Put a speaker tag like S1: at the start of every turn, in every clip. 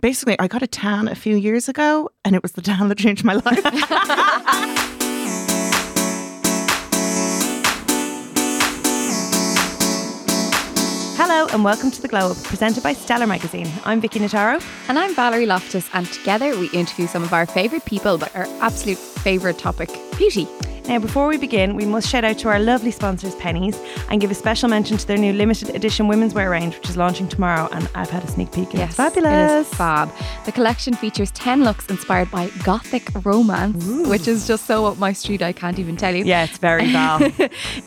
S1: basically, I got a tan a few years ago, and it was the tan that changed my life.
S2: Hello and welcome to The Glow Up, presented by Stellar Magazine. I'm Vicky Notaro.
S3: And I'm Valerie Loftus, and together we interview some of our favourite people about our absolute favourite topic, beauty.
S2: Now, before we begin, we must shout out to our lovely sponsors, Pennies, and give a special mention to their new limited edition women's wear range, which is launching tomorrow. And I've had a sneak peek. and it's fabulous.
S3: It is fab. The collection features 10 looks inspired by gothic romance, which is just so up my street, I can't even tell you.
S2: Yeah, it's very val.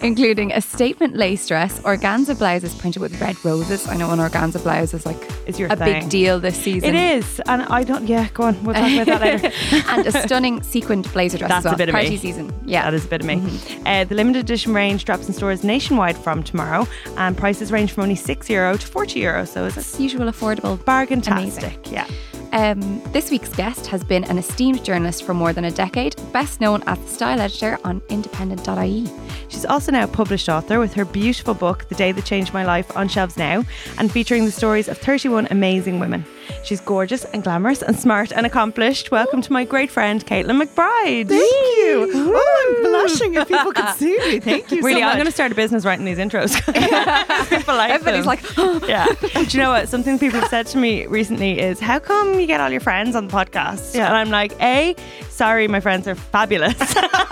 S3: Including a statement lace dress, organza blouses printed with red roses. I know an organza blouse is like
S2: Is your
S3: a
S2: thing.
S3: big deal this season.
S2: it is, and I don't. Yeah, go on. We'll talk about that later.
S3: and a stunning sequined blazer dress
S2: That's
S3: as well.
S2: a bit of
S3: Party
S2: me.
S3: season. Yeah.
S2: That is a bit of me.
S3: Mm-hmm.
S2: Uh, the limited edition range drops in stores nationwide from tomorrow, and prices range from only six euro to forty euro. So it's
S3: As usual affordable
S2: bargain
S3: Amazing.
S2: tastic. Yeah.
S3: Um, this week's guest has been an esteemed journalist for more than a decade, best known as the style editor on independent.ie.
S2: She's also now a published author with her beautiful book, The Day That Changed My Life, on shelves now and featuring the stories of 31 amazing women. She's gorgeous and glamorous and smart and accomplished. Welcome to my great friend, Caitlin McBride.
S1: Thank you. Oh, I'm blushing if people could see me. Thank you.
S2: Really,
S1: so
S2: I'm going to
S1: much.
S2: start a business writing these intros. people like
S3: Everybody's
S2: them.
S3: like,
S2: yeah. Do you know what? Something people have said to me recently is, "How come you get all your friends on the podcast?" And I'm like, "A, sorry, my friends are fabulous.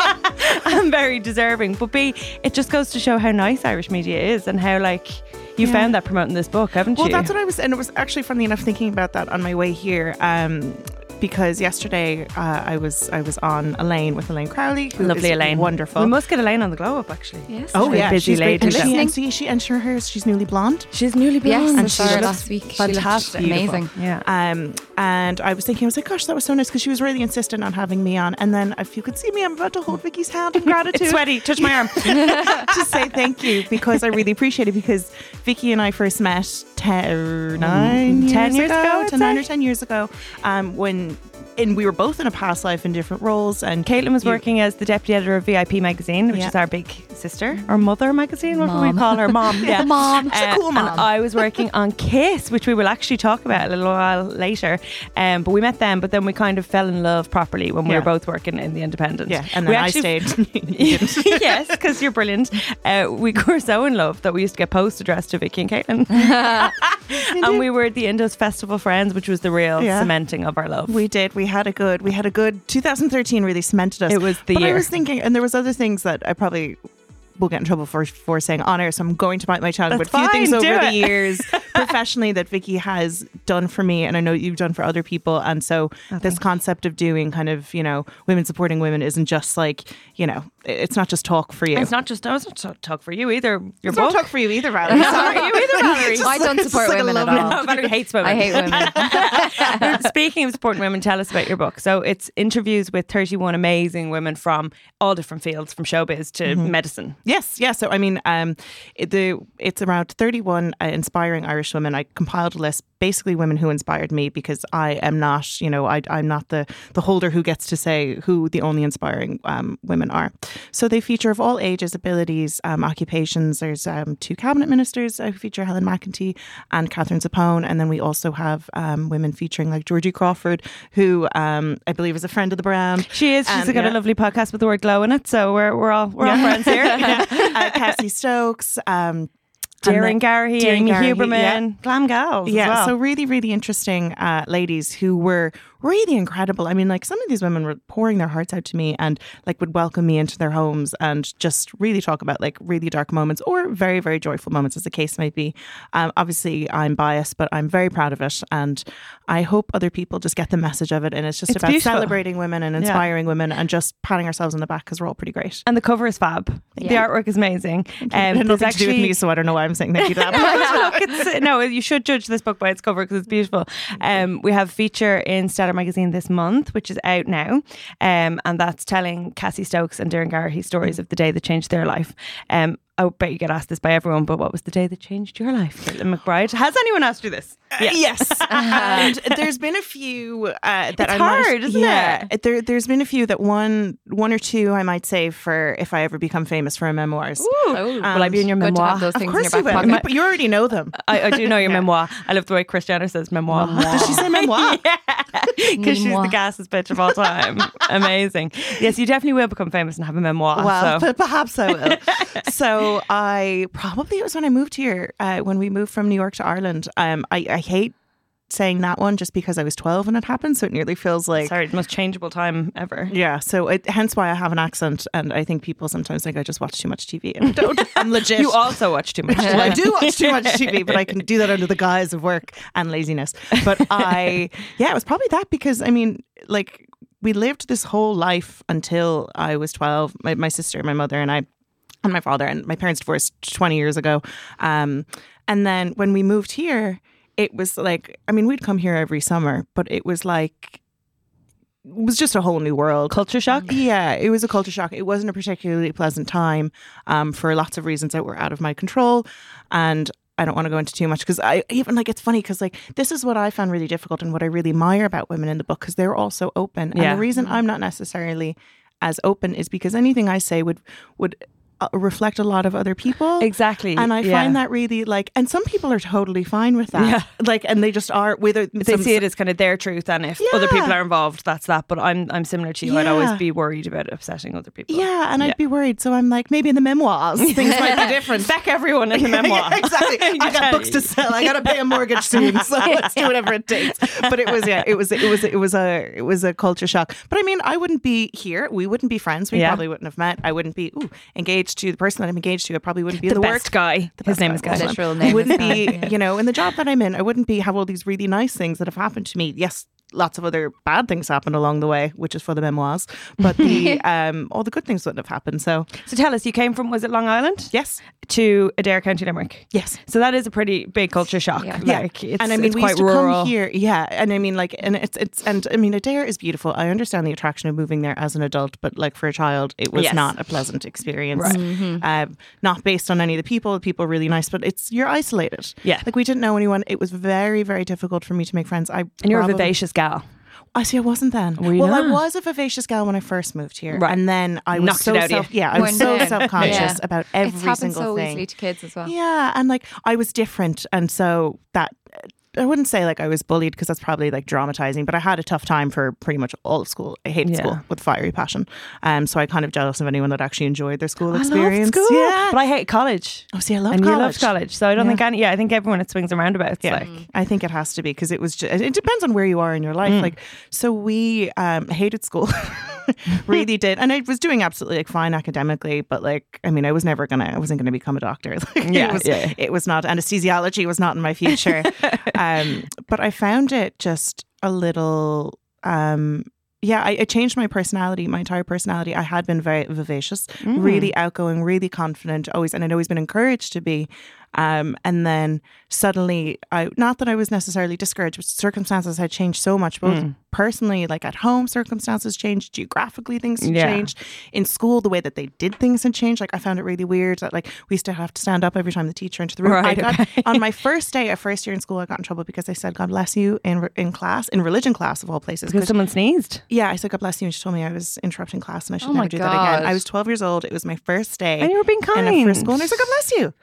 S2: I'm very deserving, but B, it just goes to show how nice Irish media is and how like you found that promoting this book, haven't
S1: Well,
S2: you?
S1: that's what I was, and it was actually funny enough thinking about that on my way here, um, because yesterday uh, I was I was on Elaine with Elaine Crowley, who
S2: Lovely
S1: is
S2: Elaine,
S1: wonderful.
S2: We must get Elaine on the glow up, actually.
S3: Yes.
S1: oh
S2: Very
S1: yeah,
S2: busy
S1: she's great.
S2: lady,
S1: And
S3: though.
S1: she, and see, she and her hair is she's newly blonde.
S2: She's newly
S3: yes,
S1: And
S3: I
S1: she
S3: saw her
S1: looks
S3: last week. She looked
S1: fantastic.
S3: amazing.
S2: Yeah.
S1: Um, and I was thinking, I was like, gosh, that was so nice because she was really insistent on having me on. And then if you could see me, I'm about to hold Vicky's hand in gratitude.
S2: It's sweaty. Touch my arm.
S1: to say thank you because I really appreciate it because Vicky and I first met ten, or nine
S2: Mm-hmm. Ten years ago, I'd
S1: ten, nine
S2: say.
S1: or ten years ago, um, when and we were both in a past life in different roles. And
S2: Caitlin was
S1: you-
S2: working as the deputy editor of VIP magazine, which
S1: Yeah.
S2: is our big sister or mother magazine. What would
S3: Mom.
S2: we call her? Mom. Yeah.
S3: Mom.
S2: Uh,
S1: cool
S2: and
S1: mom.
S2: I was working on Kiss, which we will actually talk about a little while later. Um, but we met them, but then we kind of fell in love properly when we
S1: Yeah.
S2: were both working in the Independent.
S1: Yeah, and
S2: we
S1: then I
S2: actually-
S1: stayed. You didn't.
S2: yes, because you're brilliant. Uh, we were so in love that we used to get post addressed to Vicky and Caitlin. and we were at the Indus Festival Friends, which was the real
S1: Yeah.
S2: cementing of our love.
S1: We did. We had a good. We had a good. 2013 really cemented us.
S2: It was the
S1: but I
S2: year.
S1: was thinking, and there was other things that I probably will get in trouble for for saying on air. So I'm going to bite my tongue.
S2: That's
S1: but a few things
S2: fine, do
S1: over the
S2: it.
S1: years professionally that Vicky has done for me, and I know you've done for other people. And
S2: Oh,
S1: so this concept of doing kind of you know women supporting women isn't just like you know it's not just talk for you.
S2: it's not just, no, it's not talk- talk for you either. Your
S1: It's not
S2: book.
S1: talk for you either, Valerie. Sorry.
S2: you either, Valerie.
S3: I don't support
S1: like a
S3: women at
S1: lovely-
S3: all.
S2: Valerie hates women.
S3: I hate women.
S2: Speaking of supporting women, tell us about your book. So it's interviews with 31 amazing women from all different fields, from showbiz to
S1: Mm-hmm.
S2: medicine.
S1: Yes, yeah. So I mean, um, it, the it's around thirty-one uh, inspiring Irish women. I compiled a list, basically women who inspired me, because I am not, you know, I, I'm not the the holder who gets to say who the only inspiring um, women are. So they feature of all ages, abilities, um, occupations. There's um, two cabinet ministers uh, who feature Helen McEntee and Catherine Zapone, and then we also have um, women featuring like Georgie Crawford, who um, I believe is a friend of the brand.
S2: She is. She's
S1: Um,
S2: got
S1: yeah.
S2: a lovely podcast with the word glow in it. So we're, we're all we're all friends here.
S1: Yeah. uh, Cassie Stokes, um,
S2: Darren Garhy,
S1: Darren
S2: Amy
S1: Garhy,
S2: Huberman,
S1: yeah.
S2: glam gals.
S1: Yeah,
S2: as well.
S1: so really, really interesting uh, ladies who were really incredible. I mean, like some of these women were pouring their hearts out to me and like would welcome me into their homes and just really talk about like really dark moments or very, very joyful moments, as the case may be. Um, obviously, I'm biased, but I'm very proud of it, and I hope other people just get the message of it. And it's just about
S2: beautiful.
S1: celebrating women and inspiring women and just patting ourselves on the back because we're all pretty great.
S2: and the cover is fab. The
S3: you.
S2: artwork is amazing. Um,
S1: It had
S2: there's
S1: nothing to do with me, so I don't know why I'm saying thank you to that. but-
S2: Look, it's, no, you should judge this book by its cover because it's beautiful. Um, we have a feature in Stellar magazine this month, which is out now, um, and that's telling Cassie Stokes and Darren Garrahy stories of the day that changed their life. Um, I bet you get asked this by everyone, but what was the day that changed your life, Caitlin McBride? Has anyone asked you this?
S1: Yes, and there's been a few uh, that
S2: It's
S1: I might-
S2: hard, isn't
S1: yeah,
S2: it?
S1: There, there's been a few that one, one or two I might save for if I ever become famous for a memoirs.
S3: Oh,
S2: Will I be in your
S3: good to
S2: memoir?
S3: have those
S1: Of
S3: things in
S1: course
S3: your
S1: you will,
S3: back pocket.
S1: but you already know them.
S2: I, I do know your memoir. I love the way Christiana says memoir.
S1: Does she say memoir?
S2: Because she's
S3: Memoir.
S2: the gassest bitch of all time. Amazing. Yes, you definitely will become famous and have a memoir.
S1: Well,
S2: so.
S1: but perhaps I will. so I probably it was when I moved here, uh, when we moved from New York to Ireland. Um, I, I hate saying that one just because I was twelve when it happened, so it nearly feels like
S2: Sorry, most changeable time ever.
S1: yeah. So it, hence why I have an accent, and I think people sometimes think I just watch too much TV. And I don't. I'm legit.
S2: You also watch too much.
S1: Well, I do watch too much TV, but I can do that under the guise of work and laziness. But I, yeah, it was probably that because I mean, like, we lived this whole life until I was 12. My, my sister, my mother, and I, and my father, and my parents divorced 20 years ago. Um, and then when we moved here, it was like, I mean, we'd come here every summer, but it was like, it was just a whole new world. Um,
S2: Culture shock.
S1: Yeah, it was a culture shock. It wasn't a particularly pleasant time um, for lots of reasons that were out of my control. And I don't want to go into too much because I even like it's funny because like this is what I found really difficult and what I really admire about women in the book because they're all so open.
S2: Yeah.
S1: And the reason I'm not necessarily as open is because anything I say would would uh, reflect a lot of other people.
S2: Exactly.
S1: And I
S2: Yeah.
S1: find that really like, and some people are totally fine with that.
S2: Yeah.
S1: Like, and they just are. Whether
S2: They see it as kind of their truth, and if other
S1: Yeah.
S2: people are involved, that's that. But I'm I'm similar to you. I'd
S1: Yeah.
S2: always be worried about upsetting other people.
S1: Yeah, and I'd be worried. So I'm like, maybe in the memoirs, things might be different.
S2: Back everyone in the memoir.
S1: Yeah, exactly. I got books to sell. I got to pay a mortgage soon, so let's do whatever it takes. But it was yeah, it was it was it was a it was a culture shock. But I mean, I wouldn't be here. We wouldn't be friends. We
S2: Yeah.
S1: probably wouldn't have met. I wouldn't be ooh, engaged to the person that I'm engaged to. I probably wouldn't be
S2: The,
S1: in the
S2: best
S1: work.
S2: guy. His name is
S1: guy.
S2: Guy.
S3: Literally. Literal name
S1: I
S3: is
S1: wouldn't
S3: guy,
S1: be,
S3: yeah.
S1: you know, in the job that I'm in. I wouldn't be have all these really nice things that have happened to me. Yes, lots of other bad things happened along the way, which is for the memoirs. But the um, all the good things wouldn't have happened. So
S2: So tell us, you came from was it Long Island
S1: yes,
S2: to Adair County, Limerick?
S1: yes.
S2: So that is a pretty big culture shock.
S3: Yeah.
S2: Like, It's,
S1: and I mean,
S2: it's
S1: we
S2: quite
S1: used to
S2: rural.
S1: come here. Yeah, and I mean, like, and it's it's and I mean, Adair is beautiful. I understand the attraction of moving there as an adult, but like for a child, it was
S2: Yes. Mm-hmm.
S1: not a pleasant experience. Um, not based on any of the people. The people are really nice, but it's you're isolated.
S2: Yeah.
S1: like we didn't know anyone. It was very very difficult for me to make friends. I
S2: And you're a
S1: probably-
S2: vivacious gal.
S1: I see. I wasn't then.
S2: you
S1: well, I
S2: not?
S1: was a vivacious gal when I first moved here,
S2: Right.
S1: and then I was
S2: Knocked it
S1: so
S2: out of you.
S1: self. Yeah, I was
S3: One
S1: so
S3: time.
S1: self conscious
S3: Yeah.
S1: about every
S3: it's happened
S1: single
S3: so
S1: thing.
S3: easily to kids as
S2: Oh.
S3: well.
S1: Yeah, and like I was different, and so that I wouldn't say like I was bullied because that's probably like dramatizing, but I had a tough time for pretty much all of school. I hated
S2: Yeah.
S1: school with fiery passion, um. So I kind of jealous of anyone that actually enjoyed their school
S2: I loved
S1: experience.
S2: school,
S1: Yeah,
S2: but I hate college.
S1: oh, see, I love
S2: and
S1: college.
S2: you loved college, so I don't
S1: Yeah.
S2: think any. Yeah, I think everyone it swings and roundabouts.
S1: Yeah,
S2: Like,
S1: Mm-hmm. I think it has to be because it was. Just, it depends on where you are in your
S2: Mm.
S1: life. Like, so we um, hated school, really did, and I was doing absolutely like fine academically, but like, I mean, I was never gonna, I wasn't gonna become a doctor. Like,
S2: Yeah,
S1: it was,
S2: yeah.
S1: it was not anesthesiology was not in my future. um, but I found it just a little. Um, yeah, I, I changed my personality, my entire personality. I had been very vivacious,
S2: Mm.
S1: really outgoing, really confident, always, and I'd always been encouraged to be. Um, and then suddenly, I not that I was necessarily discouraged, but circumstances had changed so much, both
S2: Mm.
S1: personally, like at home, circumstances changed, geographically, things had
S2: Yeah.
S1: changed. In school, the way that they did things had changed. Like I found it really weird that like we used to have to stand up every time the teacher entered the room.
S2: Right,
S1: I got, on my first day, at first year in school, I got in trouble because I said "God bless you" in in class, in religion class of all places,
S2: because someone sneezed.
S1: yeah, I said God bless you, and she told me I was interrupting class and I should
S3: Oh my
S1: never do that again.
S3: God.
S1: I was 12 years old. It was my first day.
S2: And you were being
S1: in a
S2: kind.
S1: first school, and I said God bless you.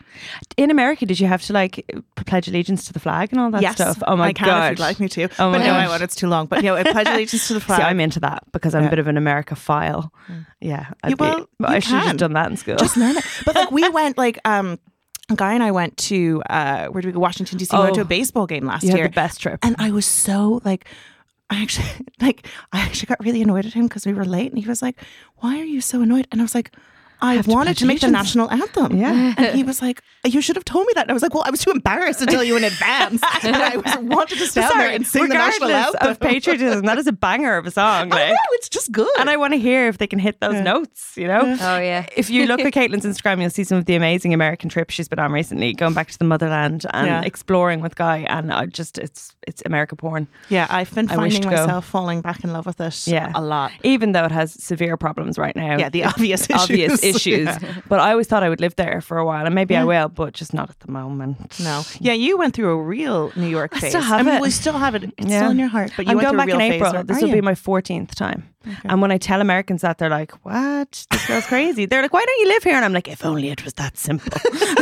S2: In America, did you have to like p- pledge allegiance to the flag and all that
S1: yes,
S2: stuff? Oh my
S1: I can
S2: god!
S1: if you'd like me to.
S2: Oh my
S1: but no, I
S2: gosh.
S1: won't. It's too long. But no, I pledge allegiance to the flag.
S2: See, I'm into that because I'm a bit of an America file. Mm. Yeah, I'd
S1: Yeah, well,
S2: be, but
S1: you
S2: I should have
S1: can.
S2: just done that in school.
S1: Just learn it. But like we went like um, a guy and I went to uh, where did we go? Washington D.C. We went
S2: Oh.
S1: to a baseball game last
S2: you
S1: year.
S2: had the best trip.
S1: And I was so like, I actually like, I actually got really annoyed at him because we were late, and he was like, "Why are you so annoyed?" And I was like. I
S2: have to
S1: wanted
S2: pledge
S1: to make the
S2: allegiance."
S1: national anthem.
S2: Yeah.
S1: And he was like, You should have told me that. And I was like, Well, I was too embarrassed to tell you in advance. And I was, wanted to stand there and sing the
S2: regardless
S1: national anthem.
S2: of patriotism, that is a banger of a song.
S1: I
S2: Like,
S1: know, it's just good.
S2: and I want to hear if they can hit those notes. You know.
S3: Oh yeah.
S2: if you look at Caitlin's Instagram, you'll see some of the amazing American trips she's been on recently, going back to the motherland and
S1: Yeah.
S2: exploring with Guy. And I just, it's it's America porn.
S1: yeah, I've been
S2: I wish
S1: finding
S2: to go.
S1: myself falling back in love with it
S2: Yeah.
S1: a lot.
S2: Even though it has severe problems right now.
S1: Yeah, the obvious issues.
S2: Obvious issues.
S3: Yeah.
S2: But I always thought I would live there for a while, and maybe I will, but just not at the moment.
S1: No. Yeah, you went through a real New York phase.
S2: still have
S1: I mean,
S2: it.
S1: we still have it. It's
S2: Yeah.
S1: still in your heart. But you
S2: I'm
S1: went
S2: going
S1: through a
S2: back in
S1: real phase
S2: April.
S1: where-
S2: this
S1: Are
S2: will
S1: you?
S2: be my 14th time. And when I tell Americans that, they're like, "What? This girl's crazy." They're like, "Why don't you live here?" And I'm like, "If only it was that simple."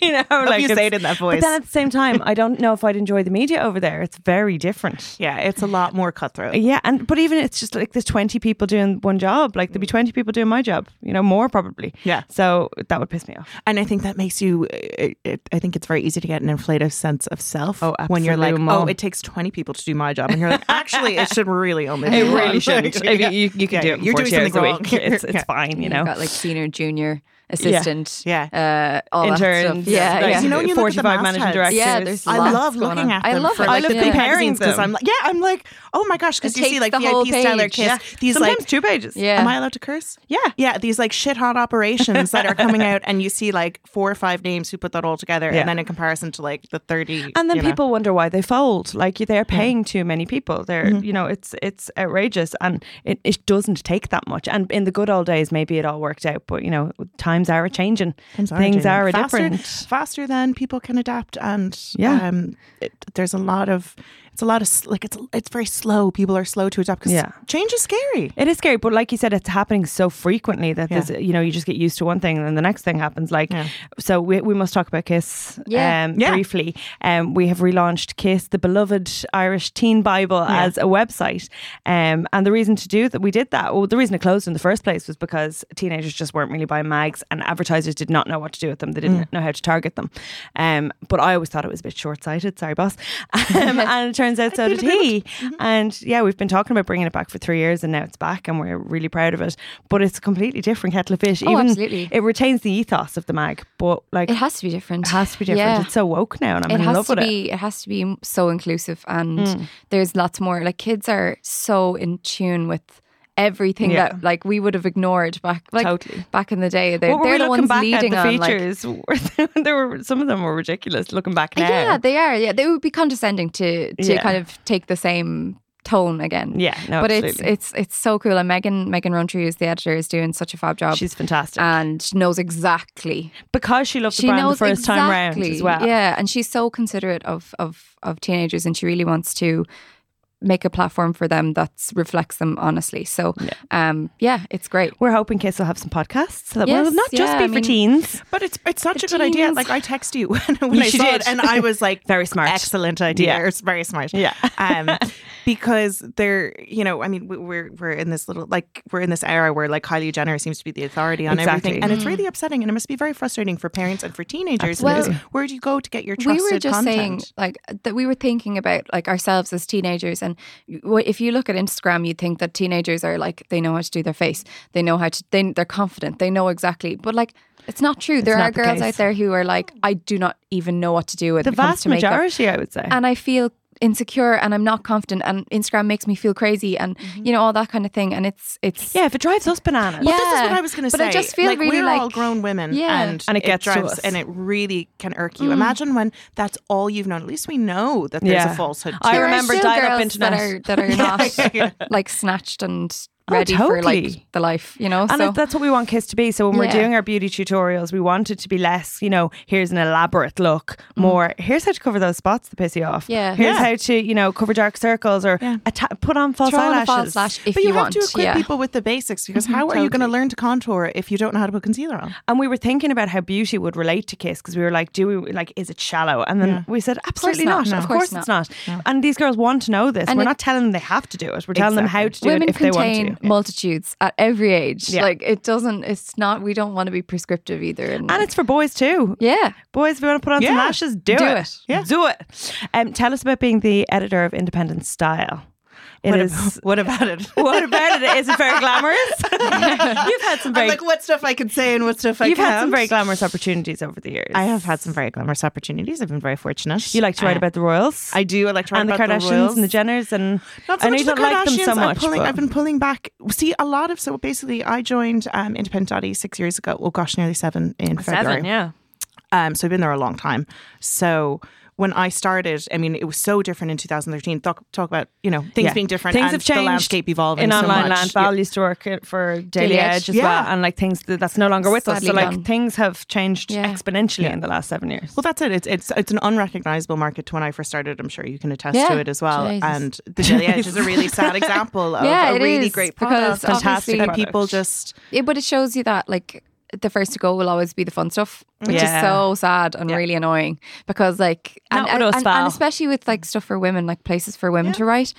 S2: you know,
S1: Hope
S2: like
S1: you
S2: it's-
S1: say it in that
S2: But
S1: voice.
S2: then at the same time, I don't know if I'd enjoy the media over there. It's very different.
S1: yeah, it's a lot more cutthroat.
S2: Yeah, and but even it's just like there's 20 people doing one job. Like there'd be 20 people doing my job. You know, more probably.
S1: Yeah.
S2: So that would piss me off.
S1: And I think that makes you, it, it, I think it's very easy to get an inflated sense of self
S2: Oh,
S1: when you're like,
S2: absolutely.
S1: oh, it takes 20 people to do my job. And you're like, actually, it should really only be
S2: It
S1: one.
S2: really shouldn't.
S1: Like,
S2: If
S1: yeah.
S2: you, you, you can
S1: Yeah,
S2: do it. in
S1: You're
S2: 40
S1: doing something
S2: hours a
S1: wrong.
S2: week. It's, it's
S1: yeah.
S2: fine. You know.
S3: got like senior, junior, assistant,
S1: Yeah.
S3: Uh, all
S2: Interns,
S3: that stuff. Yeah,
S2: like,
S3: yeah.
S1: You know, when you look at the
S2: 45 managing
S1: mastheads-
S2: directors.
S3: Yeah, there's
S1: I
S3: Lots
S1: love
S3: going
S1: looking
S3: on.
S1: at
S3: I
S1: them
S3: love
S1: for
S3: it.
S1: like
S3: I love
S1: the
S2: comparing
S1: because I'm
S2: them.
S1: like yeah I'm like oh my gosh because
S3: It
S1: you see
S3: takes
S1: like
S3: the whole
S1: VIP stellar
S3: page.
S1: kiss
S3: Yeah.
S1: these
S2: Sometimes
S1: like
S2: two pages.
S3: Yeah.
S1: am I allowed to curse
S2: Yeah.
S1: yeah these like shit hot operations that are coming out and you see like four or five names who put that all together
S2: Yeah.
S1: and then in comparison to like the thirty
S2: And then
S1: you know.
S2: people wonder why they fold. Like they're paying too many people. They're
S1: Mm-hmm.
S2: you know it's it's outrageous, and it, it doesn't take that much. And in the good old days, maybe it all worked out. But you know, times are a changing.
S1: Times are
S2: Things
S1: changing.
S2: are a
S1: faster,
S2: different.
S1: faster than people can adapt, and
S2: Yeah.
S1: um, it, there's a lot of it's a lot of s- like it's it's very slow. People are slow to adapt because
S2: Yeah.
S1: change is scary.
S2: It is scary, but like you said, it's happening so frequently that there's, you know you just get used to one thing, and then the next thing happens. Like,
S1: Yeah.
S2: so we, we must talk about Kiss,
S3: Yeah.
S2: um,
S1: Yeah.
S2: briefly. Um, we have relaunched Kiss, the beloved Irish teen Bible, as a website, um, and the reason to do that, we did that. Well, the reason it closed in the first place was because teenagers just weren't really buying mags, and advertisers did not know what to do with them. They didn't know how to target them. Um, but I always thought it was a bit short sighted. Sorry, boss. Um, and it turns out so did he. And yeah, we've been talking about bringing it back for three years, and now it's back, and we're really proud of it. But it's a completely different kettle of fish. Even
S3: absolutely.
S2: it retains the ethos of the mag, but like
S3: It has to be different.
S2: it has to be different.
S3: Yeah.
S2: It's so woke now, and I'm
S3: it
S2: in
S3: has
S2: love
S3: to
S2: with it. Mm.
S3: be it. has to be so inclusive and there's lots more like kids are so in tune with everything
S2: Yeah.
S3: that like we would have ignored back like
S2: Totally.
S3: back in the day they're,
S2: What were
S3: they're
S2: we
S3: the
S2: looking
S3: ones
S2: back
S3: leading
S2: at the
S3: on like
S2: features? there were some of them were ridiculous. Looking back now,
S3: yeah they are yeah they would be condescending to to
S2: Yeah.
S3: kind of take the same tone again
S2: Yeah, no,
S3: but
S2: absolutely.
S3: it's it's it's so cool and Megan Megan Rowntree is the editor is doing such a fab job
S2: she's fantastic
S3: and she knows exactly
S2: because she loved the brand the first time round as well.
S3: Yeah, and she's so considerate of of of teenagers, and she really wants to make a platform for them that reflects them honestly. So, um, yeah, it's great.
S2: We're hoping Kiss will have some podcasts that will
S3: Yes,
S2: not just
S3: yeah,
S2: be
S3: I
S2: for
S3: mean-
S2: teens.
S1: But it's it's such a good idea.
S3: teens.
S1: Like I text you when, when I
S2: She
S1: saw
S2: did.
S1: it, and I was like,
S2: Very smart.
S1: excellent idea.
S2: Yeah.
S1: It's very smart.
S2: Yeah.
S1: um, because they're you know, I mean, we- we're we're in this little like we're in this era where like Kylie Jenner seems to be the authority on
S2: Exactly.
S1: everything, and it's really upsetting, and it must be very frustrating for parents and for teenagers.
S3: Well-
S1: Because where do you go to get your
S3: we
S1: trusted
S3: were just
S1: content?
S3: saying like that we were thinking about like ourselves as teenagers and w- if you look at instagram you'd think that teenagers are like they know how to do their face they know how to they, they're confident they know exactly but like it's not true there
S2: not
S3: are
S2: the
S3: girls
S2: case.
S3: out there who are like i do not even know what to do when
S2: The
S3: it comes
S2: vast
S3: to makeup Um,
S2: majority, I would say.
S3: and I feel insecure and I'm not confident and Instagram makes me feel crazy and you know all that kind of thing and it's it's
S2: Mm-hmm. yeah, if it drives us bananas.
S1: Well, this is what
S3: Yeah.
S1: I was going to say.
S3: But I just feel
S1: like,
S3: really
S1: we're
S3: like-
S1: all grown women,
S3: Yeah.
S1: and,
S2: And it gets to us.
S1: and it really can irk you. Imagine when that's all you've known. At least we know that there's
S2: Yeah.
S1: a falsehood.
S2: I
S1: to
S3: There
S1: it.
S3: are
S2: remember
S3: still
S2: dial-up
S3: girls
S2: internet.
S3: that are that are not
S1: Yeah.
S3: like snatched and
S2: Oh,
S3: ready for
S2: totally.
S3: like the life you know
S2: And
S3: so
S2: it- that's what we want Kiss to be. So when we're
S3: Yeah.
S2: doing our beauty tutorials, we want it to be less, you know, here's an elaborate look, more here's how to cover those spots that piss you off.
S3: Mm. Yeah.
S2: Here's
S1: Yeah.
S2: how to, you know, cover dark circles or atta- put on false
S3: Throw on a
S2: eyelashes.
S3: false lash if
S1: but you, Mm-hmm.
S3: you,
S1: have
S3: want
S1: to equip
S3: yeah
S1: people with the basics because how are you going to learn to contour if you don't know how to put concealer on?
S2: And we were thinking about how beauty would relate to kiss because we were like, do we like, is it shallow? And then we said, absolutely
S3: not.
S2: not.
S3: No.
S2: Of course, it's not. And these girls want to know this.
S3: And
S2: we're
S3: it-
S2: not telling them they have to do it. We're telling them how to do
S3: women
S2: it if they want to.
S3: contain multitudes at every age
S2: Yeah.
S3: like it doesn't it's not we don't want to be prescriptive either and,
S2: And
S3: like-
S2: it's for boys too.
S3: yeah
S2: Boys, if you want to put on some
S1: Yeah.
S2: lashes, do,
S3: Do
S2: it.
S3: it.
S1: Yeah.
S2: Do it. Um, tell us about being the editor of Independent Style. It
S1: What,
S2: is.
S1: ab- what about it?
S2: what about it? Is it very glamorous? You've had some
S1: I'm
S2: very.
S1: like, what stuff I can say and what stuff I
S2: You've
S1: can't.
S2: had some very glamorous opportunities over the years.
S1: I have had some very glamorous opportunities. I've been very fortunate.
S2: You like to write about the royals.
S1: I do. I like to write
S2: and the
S1: about
S2: Kardashians
S1: royals.
S2: and the Jenners and
S1: Not so
S2: I know
S1: much
S2: you
S1: the
S2: don't like them
S1: Kardashians.
S2: so much.
S1: I'm pulling,
S2: but-
S1: I've been pulling back. See, a lot of so basically, I joined um, Independent.e six years ago. Well, gosh, nearly seven in February.
S2: yeah.
S1: Um, so I've been there a long time. So when I started, I mean, it was so different in 2013. Talk, talk about, you know, things
S2: Yeah.
S1: being different
S2: Things
S1: and
S2: have changed
S1: the landscape evolving
S2: in
S1: so
S2: online
S1: much.
S2: land.
S1: Yeah.
S2: Val used to work it for Daily,
S3: Daily
S2: Edge,
S3: Edge.
S2: as
S1: Yeah.
S2: well, and like things that, that's no longer with us.
S3: Sadly
S2: So like
S3: gone.
S2: things have changed
S3: Yeah.
S2: exponentially
S1: Yeah.
S2: in the last seven years.
S1: Well, that's it. It's it's it's an unrecognizable market to when I first started. I'm sure you can attest
S3: Yeah.
S1: to it as well.
S3: Jesus.
S1: And the Daily Edge is a really sad example of
S3: Yeah,
S1: a
S3: it
S1: really
S3: is,
S1: great
S3: because
S1: product,
S3: Fantastic
S1: and
S3: obviously-
S1: people just
S3: Yeah, but it shows you that like the first to go will always be the fun stuff, which
S2: Yeah.
S3: is so sad and
S2: Yeah.
S3: really annoying because like and,
S2: Not
S3: and,
S2: with us,
S3: and-
S2: Val.
S3: and especially with like stuff for women, like places for women to write.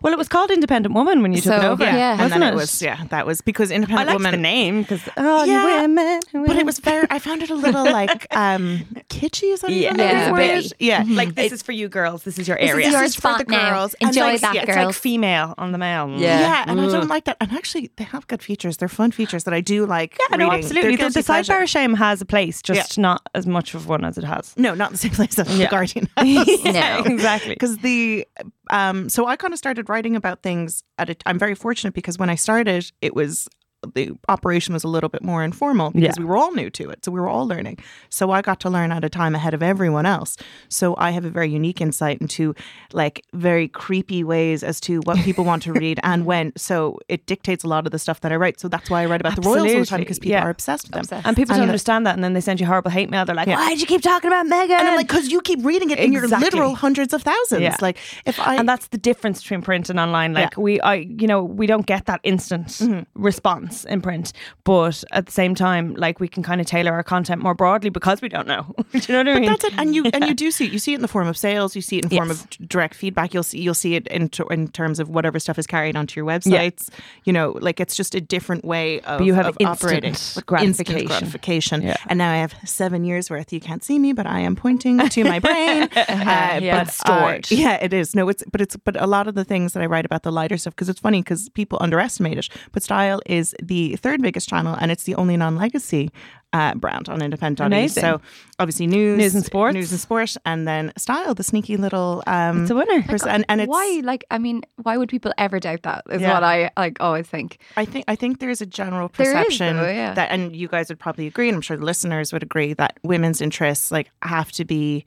S2: Well, it was called Independent Woman when you took it
S3: So,
S2: over,
S3: yeah. Yeah.
S1: and
S3: And
S2: wasn't
S1: then it was yeah that was because
S2: I
S1: independent
S2: liked
S1: woman
S2: the name because oh, you
S1: Yeah.
S2: women, who
S1: But it
S2: women.
S1: was very. I found it a little like um kitschy. Is that
S2: Yeah.
S1: even the
S3: Yeah,
S1: right
S3: a
S1: word?
S3: bit. mm-hmm.
S1: Yeah,
S2: like this is for you girls. This is your
S1: Mm-hmm. this
S2: area.
S1: is
S3: your
S1: just for the
S3: spot now.
S1: girls.
S2: And it's
S3: Enjoy
S2: like,
S3: that,
S2: yeah, It's like
S3: girls.
S2: female on the male.
S1: Yeah,
S3: Yeah.
S1: and I don't like that. And actually, they have good features. They're fun features that I do like.
S2: Yeah,
S1: reading.
S2: no,
S1: They're
S2: absolutely. The,
S1: guilty
S2: the
S1: pleasure.
S2: sidebar of shame has a place, just not as much of one as it has.
S1: No, not the same place as
S2: Yeah.
S1: the Guardian. Has.
S3: No.
S2: exactly.
S1: because the um so i kind of started writing about things at a i'm very fortunate because when i started it was the operation was a little bit more informal because we
S2: Yeah.
S1: were all new to it so we were all learning so i got to learn at a time ahead of everyone else so i have a very unique insight into like very creepy ways as to what people want to read and when so it dictates a lot of the stuff that i write so that's why i write about the royals all the time
S2: Absolutely,
S1: because people
S2: yeah.
S1: are obsessed with them
S3: Obsessed.
S2: And people
S1: And
S2: don't
S1: the-
S2: understand that, and then they send you horrible hate mail. They're like,
S1: Yeah.
S2: "Why do you keep talking about Megan?"
S1: and i'm like because you keep reading it in your
S2: Exactly.
S1: literal hundreds of thousands
S2: Yeah.
S1: like if i
S2: and that's the difference between print and online. Like we, I, you know, we don't get that instant response in print, but at the same time, like we can kind of tailor our content more broadly because we don't know. Do you know what I mean?
S1: That's it, and you and you do see it. You see it in the form of sales. You see it in form of d- direct feedback. You'll see you'll see it in ter- in terms of whatever stuff is carried onto your websites. You know, like it's just a different way of
S2: you have
S1: of
S2: instant
S1: operating
S2: gratification.
S1: Instant gratification.
S2: Yeah.
S1: And now I have seven years worth. You can't see me, but I am pointing to my brain. uh,
S3: yeah.
S1: but
S3: It's
S2: stored.
S1: I- yeah, it is. No, it's but it's but a lot of the things that I write about the lighter stuff because it's funny because people underestimate it. But Style is the third biggest channel, and it's the only non-legacy. Uh, brand on independent E.
S2: Amazing.
S1: so obviously news
S2: News and sports.
S1: news and sport, and then style, the sneaky little um,
S2: It's a winner.
S1: person. And, and it's
S3: why like I mean, why would people ever doubt that is
S1: Yeah.
S3: what I like always think.
S1: I think I think there is a general
S3: There is,
S1: perception
S3: though, yeah.
S1: that, and you guys would probably agree, and I'm sure the listeners would agree that women's interests like have to be.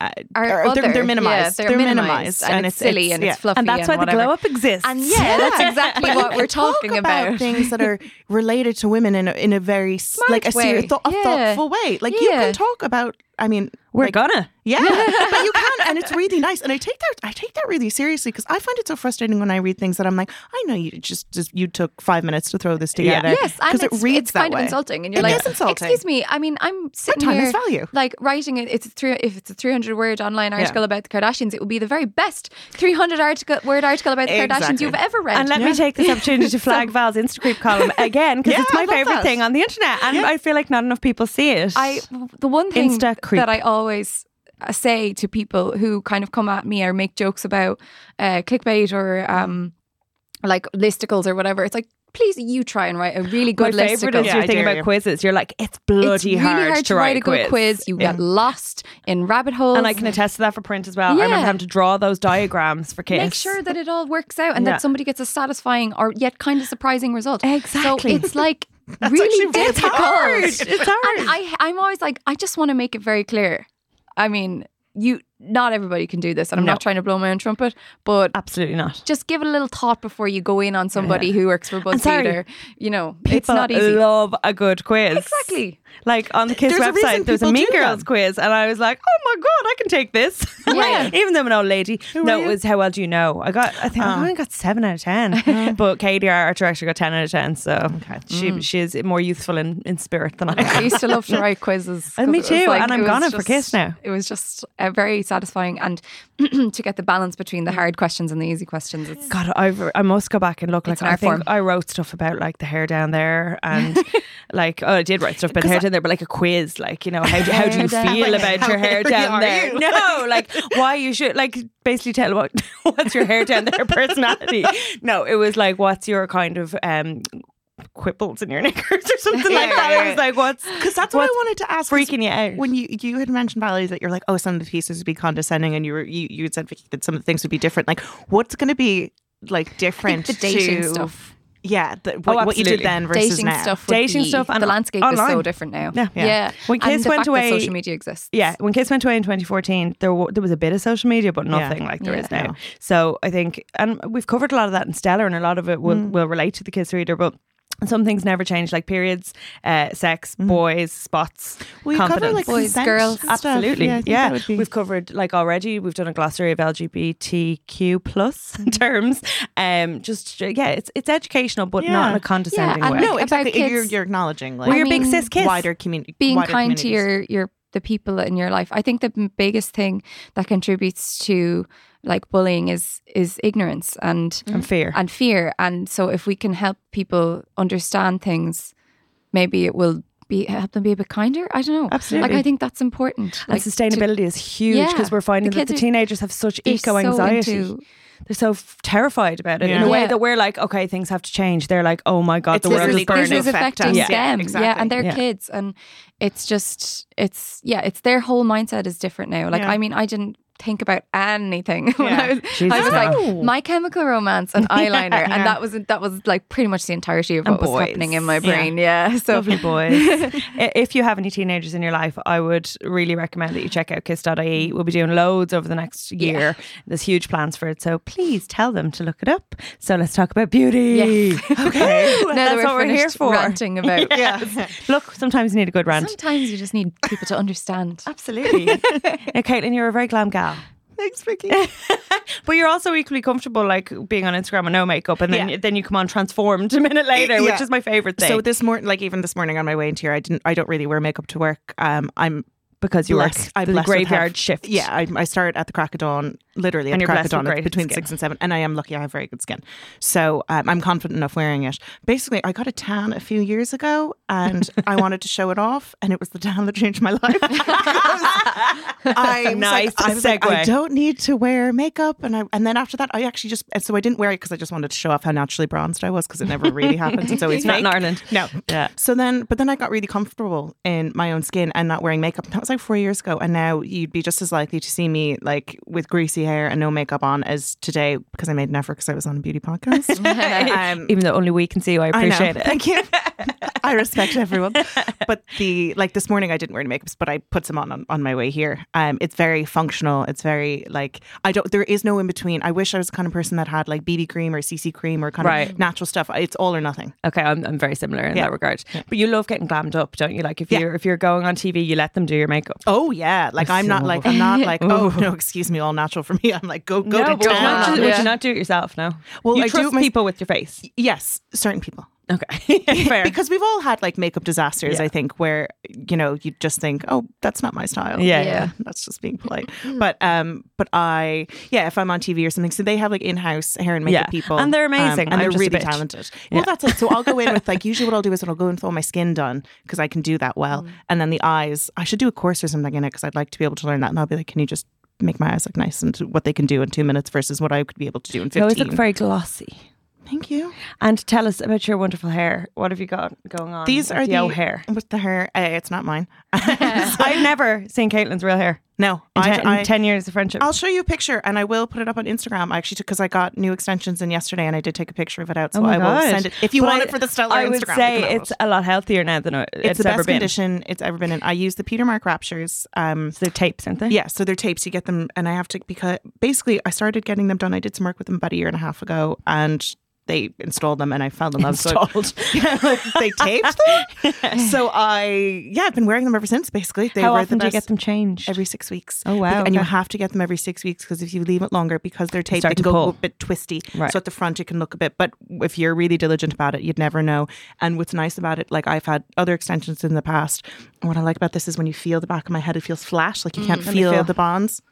S1: Uh,
S3: Are
S1: or they're- they're,
S3: other. Yeah,
S1: minimized.
S3: they're minimized and it's silly and it's fluffy
S2: and that's why
S3: and
S2: the
S3: whatever.
S2: glow up exists.
S3: And yeah, that's exactly what we're
S1: Talk
S3: talking about.
S1: things that are related to women in a, in a very s- like a,
S3: Smart way.
S1: seri- thou- a
S3: Yeah.
S1: thoughtful way. Like you
S3: Yeah.
S1: can talk about. I mean,
S2: we're
S1: like,
S2: gonna.
S1: Yeah, but you can, and it's really nice. And I take that I take that really seriously because I find it so frustrating when I read things that I'm like, I know you just, just you took five minutes to throw this together.
S3: Yes, and
S1: because it
S3: it's,
S1: reads
S3: it's
S1: that
S3: kind
S1: way.
S3: of insulting, and you're
S1: It
S3: like,
S1: is insulting.
S3: "Excuse me, I mean, I'm sitting
S1: time
S3: here,
S1: has value.
S3: like writing it. It's a three, if it's a 300 word online article about the Kardashians, it would be the very best 300 article word article about the Kardashians
S1: Exactly.
S3: you've ever read.
S2: And let me take this opportunity to flag Val's Instagram column again because
S1: Yeah,
S2: it's my
S1: I love
S2: favorite
S1: that.
S2: thing on the internet, and I feel like not enough people see it.
S3: I the one thing
S2: Insta creep.
S3: that I always uh, say to people who kind of come at me or make jokes about uh, clickbait or um, like listicles or whatever, it's like, please, you try and write a really
S2: my
S3: good
S2: favorite
S3: listicle.
S2: is
S1: Yeah,
S2: your
S1: I
S2: thing
S1: dare
S2: about
S1: you.
S2: quizzes. You're like, it's bloody
S3: it's really hard, to write a good quiz. You get lost in rabbit holes.
S2: And I can attest to that for print as well. I remember
S3: Yeah.
S2: having to draw those diagrams for kids.
S3: Make sure that it all works out and
S2: Yeah.
S3: that somebody gets a satisfying or yet kind of surprising result.
S2: Exactly.
S3: So it's like
S1: actually
S3: really
S1: really
S3: difficult.
S1: hard.
S2: It's hard.
S3: And I, I'm always like, I just want to make it very clear. I mean, you, not everybody can do this, and I'm
S2: No. Uh,
S3: not trying to blow my own trumpet, but
S2: Absolutely not.
S3: just give it a little thought before you go in on somebody who works for
S2: sorry.
S3: BuzzFeed. Or, you know, it's
S2: People
S3: not easy.
S2: love a good quiz.
S3: Exactly.
S2: Like on the kids'
S1: There's a reason
S2: website, there's a
S1: people
S2: Mean
S1: do
S2: Girls
S1: them.
S2: quiz, and I was like, "Oh my god, I can take this!"
S3: Yeah.
S2: Even though I'm an old lady. no, it was how well do you know? I got, I think
S3: Oh.
S2: I only got seven out of ten, but Katie, our art director, got ten out of ten. So she
S3: Mm.
S2: she is more youthful in, in spirit than I.
S3: I
S2: am.
S3: used to love to write quizzes.
S2: And me
S3: 'cause it was
S2: too, and I'm
S3: it was
S2: gone in for
S3: just-
S2: Kiss now.
S3: It was just uh, very satisfying, and to get the balance between the hard questions and the easy questions, it's
S2: Mm. God, I've, I must go back and look. Like
S3: It's an
S2: I
S3: art
S2: think
S3: form.
S2: I wrote stuff about like the hair down there, and like oh, I did write stuff about the hair down there, but like a quiz, like you know how do, how do you
S3: Hair down-
S2: feel
S3: like,
S2: about
S1: how
S2: your hair
S1: hairy
S2: down
S1: are
S2: there?
S1: you?
S2: No, like why you should like basically tell what what's your hair down there personality. No, it was like what's your kind of um quibbles in your knickers or something like
S1: Yeah,
S2: that.
S1: yeah,
S2: It
S1: yeah.
S2: was like what's
S1: Because that's what I wanted to ask. 'cause
S2: freaking you out.
S1: When you you had mentioned Valerie that you're like, oh, some of the pieces would be condescending, and you were you you had said Vicky that some of the things would be different. Like, what's going to be like different
S3: the dating
S1: to
S3: stuff. Oh,
S1: yeah, the, what, what you did
S2: absolutely.
S1: then versus
S3: dating
S1: now.
S3: stuff, would
S2: Dating
S3: be-
S2: stuff and
S3: the landscape is so
S2: online.
S3: different now.
S2: Yeah.
S3: yeah.
S1: Yeah.
S2: When
S3: and
S2: kids
S3: the
S2: went
S3: fact that
S2: away-
S3: social media exists.
S2: Yeah, when kids went away in 2014, there w- there was a bit of social media, but nothing like there
S3: Yeah.
S2: is now. So I think, and we've covered a lot of that in Stellar, and a lot of it will
S1: Mm.
S2: will relate to the kids reader, but. Some things never change, like periods, uh, sex, boys, spots,
S1: We
S2: confidence.
S1: Mm. cover like
S3: Boys,
S1: consent
S3: girls.
S1: stuff.
S2: Absolutely,
S1: Yeah, I
S2: yeah.
S1: think that would be-
S2: We've covered like already. We've done a glossary of LGBTQ plus
S1: Mm.
S2: terms. Um, just yeah, it's it's educational, but not
S1: Yeah.
S2: in a condescending
S3: and
S2: way.
S1: no,
S3: about
S1: exactly.
S3: kids-
S1: You're, you're acknowledging like
S2: we're
S3: I
S2: your big
S3: mean,
S2: cis kids.
S1: wider community,
S3: being
S1: wider
S3: kind to
S1: communities.
S3: your your the people in your life i think the m- biggest thing that contributes to like bullying is is ignorance and
S2: and fear.
S3: and fear and so if we can help people understand things maybe it will be help them be a bit kinder i don't know
S2: Absolutely.
S3: like i think that's important
S2: And
S3: like to-
S2: sustainability is huge
S3: Yeah.
S2: because we're finding
S3: The
S2: that
S3: kids
S2: the
S3: are-
S2: teenagers have such
S3: they're
S2: eco
S3: so
S2: anxiety.
S3: into-
S2: they're so f- terrified about it in
S1: Yeah.
S2: a way
S3: Yeah.
S2: that we're like, okay, things have to change. They're like, oh my god,
S1: It's
S2: the world
S1: literally
S2: is burning.
S3: this is
S1: affect
S3: affecting
S1: us.
S3: them
S1: Yeah,
S3: yeah,
S1: exactly.
S3: and their
S2: Yeah.
S3: kids and it's just it's yeah it's their whole mindset is different now like
S1: Yeah.
S3: i mean i didn't think about anything when
S1: Yeah.
S3: i was
S2: Jesus,
S3: i was
S1: no.
S2: "Oh."
S3: like my chemical romance and eyeliner
S1: Yeah.
S3: and that was that was like pretty much the entirety of what was
S2: boys.
S3: happening in my
S2: Yeah.
S3: brain yeah, so
S2: Lovely boys. I- if you have any teenagers in your life, I would really recommend that you check out kiss.ie. E. We'll be doing loads over the next year. There's huge plans for it. So please tell them to look it up. So let's talk about beauty. Okay.
S3: now that
S2: That's
S3: we're
S2: what we're here
S3: finished
S2: for.
S3: ranting about
S1: yeah,
S2: Look, sometimes you need a good rant.
S3: sometimes you just need people to understand
S1: absolutely.
S2: Now, Caitlin, you're a very glam gal.
S1: Thanks, Vicky.
S2: But you're also equally comfortable like being on Instagram with no makeup and then
S1: Yeah.
S2: then you come on transformed a minute later,
S1: Yeah.
S2: which is my favorite thing.
S1: So this morning, like even this morning on my way into here, I didn't. I don't really wear makeup to work. Um, I'm
S2: because you work
S1: blessed-
S2: the
S1: blessed with
S2: graveyard
S1: have-
S2: shift.
S1: Yeah, I, I start at the crack of dawn, literally at
S2: And
S1: the
S2: you're
S1: crack of
S2: blessed with
S1: dawn,
S2: great
S1: at between
S2: skin.
S1: six and seven. And I am lucky; I have very good skin, so um, I'm confident enough wearing it. Basically, I got a tan a few years ago, and I wanted to show it off, and it was the tan that changed my life. I was
S2: Nice
S1: like, I, was like, I
S2: segue.
S1: don't need to wear makeup, and I and then after that, I actually just so I didn't wear it because I just wanted to show off how naturally bronzed I was because it never really happens. It's always
S2: Not
S1: fake.
S2: in Ireland.
S1: No.
S2: Yeah.
S1: So then, but then I got really comfortable in my own skin and not wearing makeup. That was like four years ago. And now you'd be just as likely to see me like with greasy hair and no makeup on as today because I made an effort because I was on a beauty podcast. um,
S2: Even though only we can see you, I
S1: I know.
S2: appreciate it.
S1: Thank you. I respect everyone. But the like this morning I didn't wear any makeup, but I put some on, on on my way here. Um it's very functional. It's very like I don't there is no in between. I wish I was the kind of person that had like BB cream or CC cream or kind
S2: Right.
S1: of natural stuff. It's all or nothing.
S2: Okay, I'm, I'm very similar in that regard. But you love getting glammed up, don't you? Like if
S1: Yeah.
S2: you're if you're going on TV, you let them do your makeup.
S1: Oh yeah, like I'm not like I'm not like oh no, excuse me, all natural for me. I'm like go go to
S2: but would you
S1: town.
S2: not
S3: down.
S2: do- would
S3: Yeah.
S2: you not do it yourself? No.
S1: Well,
S2: you
S1: I do
S2: trust
S1: it my-
S2: people with your face.
S1: Yes, certain people.
S2: Okay, fair.
S1: Because we've all had like makeup disasters,
S2: Yeah.
S1: I think, where you know you just think, oh, that's not my style.
S2: Yeah.
S3: Yeah.
S1: that's just being polite. But um, but I yeah, if I'm on TV or something, so they have like in-house hair and makeup
S2: Yeah.
S1: people, um,
S2: And they're amazing.
S1: and
S2: I'm
S1: they're
S2: just a
S1: really
S2: bitch.
S1: talented. Well, that's it. So I'll go in with like usually what I'll do is I'll go in with all my skin done because I can do that well, and then the eyes. I should do a course or something in it because I'd like to be able to learn that, and I'll be like, can you just make my eyes look nice and what they can do in two minutes versus what I could be able to do in
S2: You always
S1: fifteen.
S2: look very glossy.
S1: Thank you.
S2: And tell us about your wonderful hair. What have you got going on?
S1: These
S2: with
S1: are
S2: your
S1: the
S2: hair.
S1: with the hair. Uh, it's not mine.
S2: I've never seen Caitlin's real hair.
S1: No,
S2: In,
S1: I,
S2: ten,
S1: I, Oh
S2: in ten years of friendship.
S1: I'll show you a picture and I will put it up on Instagram. I actually took because I got new extensions in yesterday and I did take a picture of it out. So I will
S2: God.
S1: send it. If you
S2: Oh But
S1: want
S2: I-
S1: it for the Stellar
S2: I
S1: Instagram,
S2: would
S1: you can
S2: say
S1: have
S2: it's
S1: it.
S2: a lot healthier now than it-
S1: It's
S2: it's,
S1: the
S2: ever
S1: best
S2: been.
S1: condition it's ever been in. I use the Peter Mark Raptures. Um,
S2: They're tapes, aren't they?
S1: yeah, so they're tapes. You get them, and I have to because basically I started getting them done. I did some work with them about a year and a half ago, and they installed them, and I fell in love. So-
S2: Installed.
S1: they taped them. so I yeah, I've been wearing them ever since. Basically, they
S2: How
S1: were
S2: often
S1: the
S2: do you
S1: best.
S2: get them changed?
S1: Every six weeks.
S2: Oh, wow,
S1: And you
S2: okay.
S1: have to get them every six weeks because if you leave it longer, because they're taped,
S2: start
S1: they can
S2: to
S1: go
S2: pull.
S1: a bit twisty.
S2: Right.
S1: So at the front, it can look a bit. But if you're really diligent about it, you'd never know. And what's nice about it, like I've had other extensions in the past, and what I like about this is when you feel the back of my head, it feels flat. Like you can't
S2: Mm. me
S1: feel,
S2: feel.
S1: the bonds.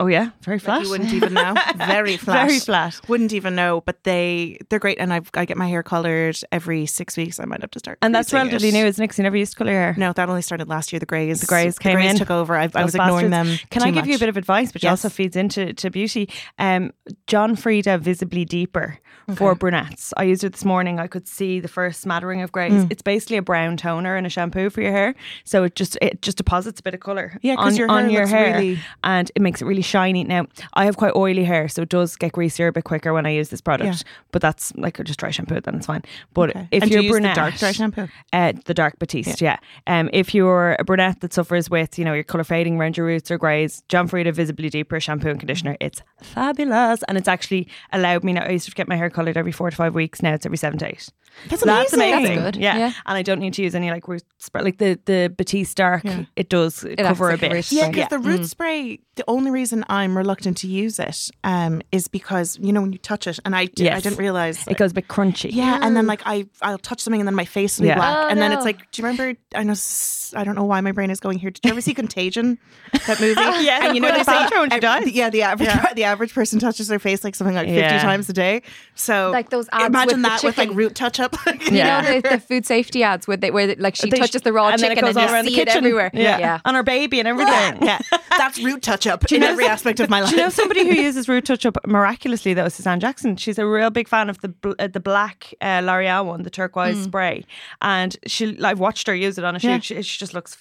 S2: oh yeah, very flat.
S1: You wouldn't even know. Very flat.
S2: Very flat.
S1: Wouldn't even know. But they they're great, and I've I get my hair colored every six weeks. I might have to start.
S2: And that's
S1: creasing it.
S2: relatively new, isn't it? 'Cause you never used to colour your hair.
S1: No, that only started last year. The grays, the
S2: greys came in.
S1: took over. I, I was ignoring them.
S2: Can I
S1: too
S2: give you a
S1: much.
S2: bit of advice, which
S1: Yes.
S2: also feeds into to beauty? Um, John Frieda visibly deeper for brunettes. I used it this morning. I could see the first smattering of greys.
S1: Mm.
S2: It's basically a brown toner and a shampoo for your hair, so it just it just deposits a bit of color
S1: Yeah, 'cause
S2: on
S1: your
S2: on
S1: hair
S2: your
S1: looks
S2: hair,
S1: really-
S2: and it makes it really shiny. Now, I have quite oily hair, so it does get greasier a bit quicker when I use this product. But that's like just dry shampoo, then it's fine. But
S1: Okay.
S2: if
S1: And do
S2: you're
S1: you use the
S2: brunette,
S1: dark dry shampoo?
S2: uh, the dark batiste, yeah. Um, if you're a brunette that suffers with, you know, your colour fading around your roots or greys, John Frieda Visibly Deeper Shampoo and Conditioner, it's fabulous. And it's actually allowed me now, I used to get my hair coloured every four to five weeks, now it's every seven to eight.
S1: That's
S2: That's
S1: amazing.
S2: amazing.
S1: That's
S3: good.
S2: Yeah.
S3: Yeah.
S2: And I don't need to use any like root spray. Like the, the Batiste Dark, it does
S3: acts
S2: cover
S3: like a
S2: a
S3: root
S2: bit.
S1: Yeah,
S3: Right.
S1: because the
S3: Mm.
S1: root spray, the only reason I'm reluctant to use it um, is because, you know, when you touch it, and I, did, I
S2: Yes.
S1: didn't realize.
S2: It goes a bit crunchy.
S1: yeah, and then like I, I'll touch something, and then my face will be
S2: Yeah.
S1: black,
S3: Oh,
S1: and then
S3: no.
S1: it's like, do you remember? I know, s- I don't know why my brain is going here. Did you ever see Contagion, that movie?
S2: Yeah,
S1: and you know
S2: with
S1: they say,
S2: Sinatra when she
S1: ev-
S2: dies.
S1: yeah, the average the average person touches their face like something like fifty
S2: Yeah.
S1: times a day. So
S3: Like those ads
S1: imagine
S3: with the
S1: that with like
S3: chicken.
S1: root touch up.
S3: You
S2: Yeah.
S3: know the, the food safety ads where they where like she
S2: They-
S3: touches the raw
S2: and then
S3: chicken
S2: it goes
S3: and
S2: all around
S3: you
S2: the
S3: see it
S2: kitchen.
S3: everywhere.
S2: Yeah. And her baby and everything.
S1: yeah, that's root touch up in every aspect of my life.
S2: Do you know somebody who uses root touch up miraculously though? Suzanne Jackson. She's a real big fan of the bl- uh, the black uh, L'Oreal one, the turquoise spray, and she. I've watched her use it on a shoot.
S1: Mm. Yeah.
S2: She, she just looks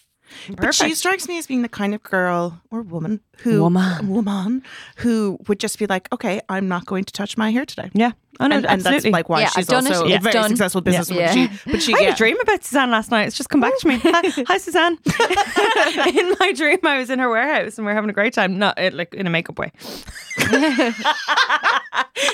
S2: perfect.
S1: But she strikes me as being the kind of girl or woman who
S2: Woman.
S1: woman who would just be like, okay, I'm not going to touch my hair today.
S2: yeah, I know,
S1: and, and that's
S2: absolutely.
S1: like why
S3: Yeah,
S1: she's
S3: I've done
S1: also
S3: it.
S1: a
S3: It's
S1: very
S3: done.
S1: successful businesswoman.
S3: Yeah.
S1: She, but she,
S2: I had
S1: yeah.
S2: a dream about Suzanne last night. It's just come back to me. Hi, hi, Suzanne. in my dream, I was in her warehouse and we were having a great time. Not uh, like in a makeup way.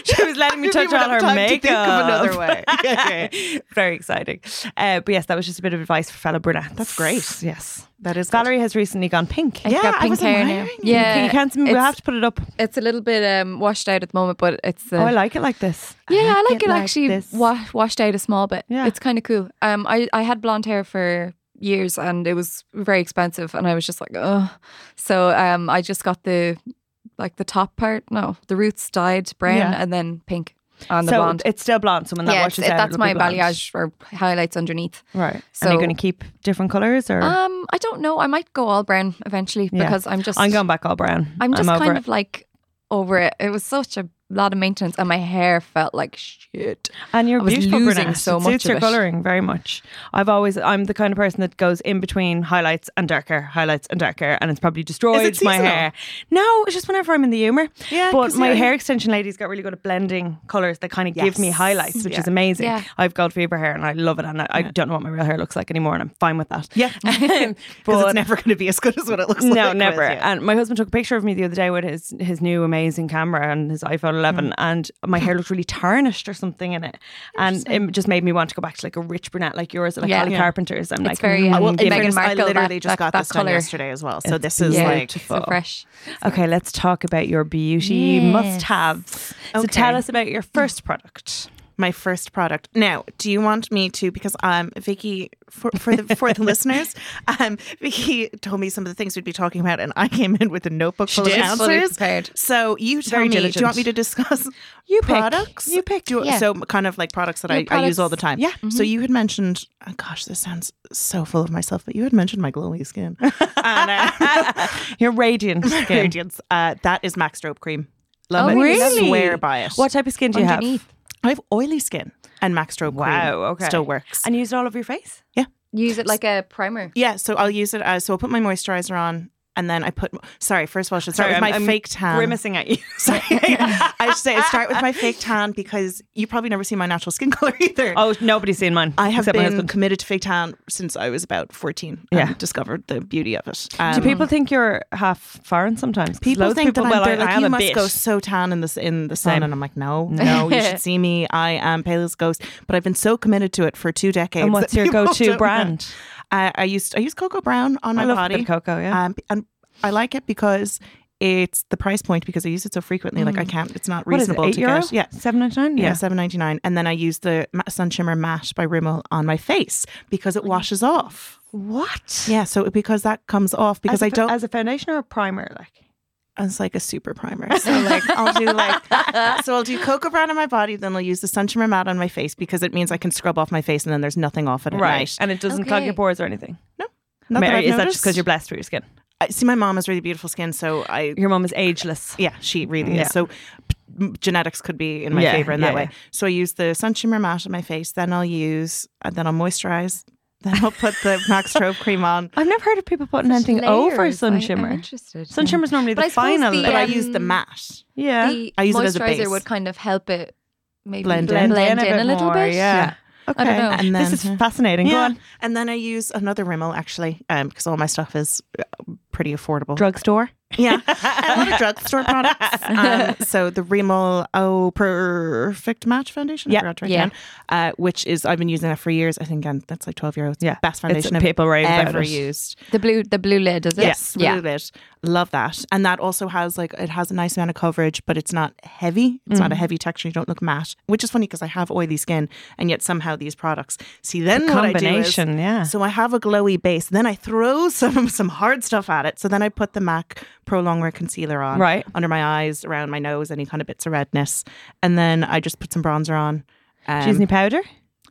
S2: she was letting me
S1: If you
S2: touch
S1: would
S2: on her
S1: have time to
S2: makeup.
S1: think of another way. Yeah,
S2: Very exciting. Uh, but yes, that was just a bit of advice for fellow brunettes. That's
S1: great.
S2: Yes.
S1: That is good.
S2: Valerie has recently gone pink.
S3: It's
S1: Yeah,
S3: got
S1: I
S3: pink
S1: wasn't
S3: hair now.
S1: wearing it.
S3: Yeah,
S2: You can't. We
S3: it's,
S2: have to put it up.
S3: it's a little bit um, washed out at the moment, but it's. Uh,
S2: Oh, I like it like this.
S3: yeah, I like it, actually
S2: this.
S3: wa- washed out a small bit.
S2: Yeah.
S3: It's kind of cool. Um, I, I had blonde hair for years and it was very expensive and I was just like, oh. So um, I just got the like the top part, no, the roots dyed brown
S2: Yeah.
S3: and then pink on the
S2: so
S3: blonde.
S2: it's still blonde. So when that
S3: yeah, it's-
S2: washes
S3: it-
S2: out,
S3: that's
S2: it'll be
S3: my
S2: blonde.
S3: balayage or highlights underneath.
S2: Right. So,
S3: So-
S2: and you're going to keep different colors, or
S3: Um, I don't know. I might go all brown eventually
S2: Yeah.
S3: because I'm just
S2: I'm going back all brown.
S3: I'm just
S2: over
S3: kind
S2: it.
S3: of like over it. It was such a lot of maintenance, and my hair felt like shit.
S2: And you're
S3: I was
S2: beautiful
S3: losing
S2: brunette.
S3: so
S2: it
S3: much
S2: suits
S3: of
S2: your
S3: it.
S2: colouring very much. I've always I'm the kind of person that goes in between highlights and darker, highlights and darker, and it's probably destroyed my
S1: seasonal?
S2: hair. No, it's just whenever I'm in the humour.
S1: Yeah,
S2: but
S1: 'cause
S2: my
S1: you're-
S2: hair extension lady's got really good at blending colours that kind of give me
S1: Yes.
S2: highlights, which
S1: Yeah.
S2: is amazing.
S3: Yeah.
S2: I've gold fever hair and I love it, and I, I don't know what my real hair looks like anymore, and I'm fine with that.
S1: yeah, because it's
S2: But-
S1: never going to be as good as what it looks like.
S2: no,
S1: with
S2: never.
S1: you.
S2: And my husband took a picture of me the other day with his his new amazing camera and his iPhone 11, and my hair looked really tarnished or something in it, and it just made me want to go back to like a rich brunette like yours, like
S3: Yeah.
S2: Holly
S3: Yeah.
S2: Carpenter's. I'm like,
S3: very,
S2: mm,
S3: uh,
S1: well, in
S2: give it-
S3: Meghan
S1: fairness, I
S3: Markle,
S1: literally
S3: that-
S1: just
S3: that-
S1: got
S3: that
S1: this done
S3: colour.
S1: yesterday as well. So this is
S2: It's
S3: Yeah,
S1: like
S3: it's so fresh.
S2: okay, let's talk about your beauty must-haves. So
S1: Okay.
S2: tell us about your first product.
S1: my first product. Now, do you want me to? Because um, Vicky, for, for the for the listeners, um, Vicky told me some of the things we'd be talking about, and I came in with a notebook full
S3: did.
S1: of
S3: She's fully
S1: answers.
S3: prepared.
S1: So you tell
S2: Very
S1: me. Do
S2: diligent.
S1: you want me to discuss
S2: You pick.
S1: products?
S2: You pick.
S1: Do,
S3: Yeah.
S1: So kind of like products that
S3: Your
S1: I, I use all the time.
S3: products.
S1: Yeah. So you had mentioned. Oh gosh, this sounds so full of myself, but you had mentioned my glowy skin. and, uh,
S2: Your radiant skin.
S1: ingredients. Uh, that is Max Strobe cream. Love
S3: Oh,
S1: it.
S3: really?
S1: Swear by it.
S2: What type of skin do you
S3: Underneath.
S2: have?
S1: I have oily skin, and Max Strobe cream
S2: Wow. Okay.
S1: still works.
S2: And you use it all over your face.
S3: Use it like a primer.
S1: Yeah, so I'll use it as so I'll put my moisturizer on and then I put sorry, first of all, I should start
S2: Sorry,
S1: with my
S2: I'm- I'm
S1: fake tan.
S2: Grimacing at you.
S1: Sorry. I should say I start with my fake tan because you probably never see my natural skin color either.
S2: Oh, nobody's seen mine.
S1: I have
S2: except my
S1: been
S2: husband.
S1: committed to fake tan since I was about 14 and
S2: Yeah.
S1: discovered the beauty of it.
S2: Do
S1: Um,
S2: people think you're half foreign sometimes? 'Cause
S1: people
S2: loads of
S1: think that I'm,
S2: well,
S1: they're
S2: I, I
S1: like,
S2: am
S1: you
S2: a
S1: must
S2: bit.
S1: go so tan in the, s- in the sun.
S2: Same.
S1: And I'm like, no, no, you should see me. I am pale as ghost. But I've been so committed to it for two decades.
S2: And what's
S1: that
S2: your
S1: people
S2: go-to
S1: don't know.
S2: brand?
S1: I, I used I use cocoa brown on my
S2: I love
S1: body.
S2: a bit of cocoa, yeah.
S1: um, and I like it because it's the price point because I use it so frequently. Like I can't, it's not
S2: Mm. What is it,
S1: reasonable
S2: eight
S1: to
S2: euro?
S1: get. Yeah.
S2: seven ninety nine.
S1: Yeah, seven ninety nine, and then I use the ma- Sun Shimmer Matte by Rimmel on my face because it washes off.
S2: What?
S1: Yeah, so because that comes off because
S2: I
S1: I don't. As,
S2: as a foundation or a primer, like.
S1: like a super primer, so like I'll do like so I'll do cocoa brown on my body, then I'll use the Sun Shimmer Matte on my face because it means I can scrub off my face, and then there's nothing off it at night.
S2: and it doesn't clog your
S3: Okay.
S2: pores or anything.
S1: Not
S2: Mary,
S1: that I've
S2: is that just
S1: noticed.
S2: because you're blessed with your skin?
S1: I- see, my mom has really beautiful skin, so I
S2: Your mom is ageless.
S1: Yeah, she really
S2: Yeah.
S1: is. So p- m- genetics could be in my
S2: Yeah,
S1: favor in
S2: yeah,
S1: that way.
S2: yeah.
S1: So I use the sun shimmer matte on my face, then I'll use and then I'll uh, moisturize Then I'll put the Max Strobe cream on.
S2: I've never heard of people putting anything over
S3: Layers. I-
S2: sun
S3: I'm
S2: shimmer.
S3: interested.
S2: Sun shimmer's normally
S3: But I
S2: the
S3: suppose
S2: final.
S3: the,
S2: layer.
S1: But I
S3: um,
S1: use the matte.
S2: yeah.
S3: The
S1: I use it as a
S3: moisturizer
S1: base.
S3: would kind of help it maybe
S1: Blend
S3: blend,
S1: in.
S3: in, a,
S2: bit
S3: little
S2: more,
S3: bit.
S2: Yeah. Okay.
S3: I don't know.
S1: And then
S2: this is fascinating. Go on.
S1: And then I use another Rimmel actually, um, because all my stuff is uh, pretty affordable.
S2: Drugstore.
S1: Yeah, a lot of drugstore products. Um, so the Rimmel Oh Perfect Match Foundation, I
S2: Yeah.
S1: forgot to write
S3: Yeah.
S1: down, uh, which is I've been using that for years. I think again that's like twelve euros.
S2: Yeah.
S1: best foundation I've
S2: people rave about
S1: ever
S2: it.
S1: used.
S3: The blue the blue lid, is it?
S1: Yes,
S3: Yeah.
S1: yeah. Love that. And that also has like it has a nice amount of coverage, but it's not heavy. It's not a heavy texture. You don't look matte, which is funny because I have oily skin, and yet somehow these products. See, then what I do is-
S2: Combination. Yeah.
S1: so I have a glowy base. Then I throw some some hard stuff at it. So then I put the MAC Pro Longwear concealer on,
S2: Right.
S1: under my eyes, around my nose, any kind of bits of redness, and then I just put some bronzer on. Um,
S2: Disney powder.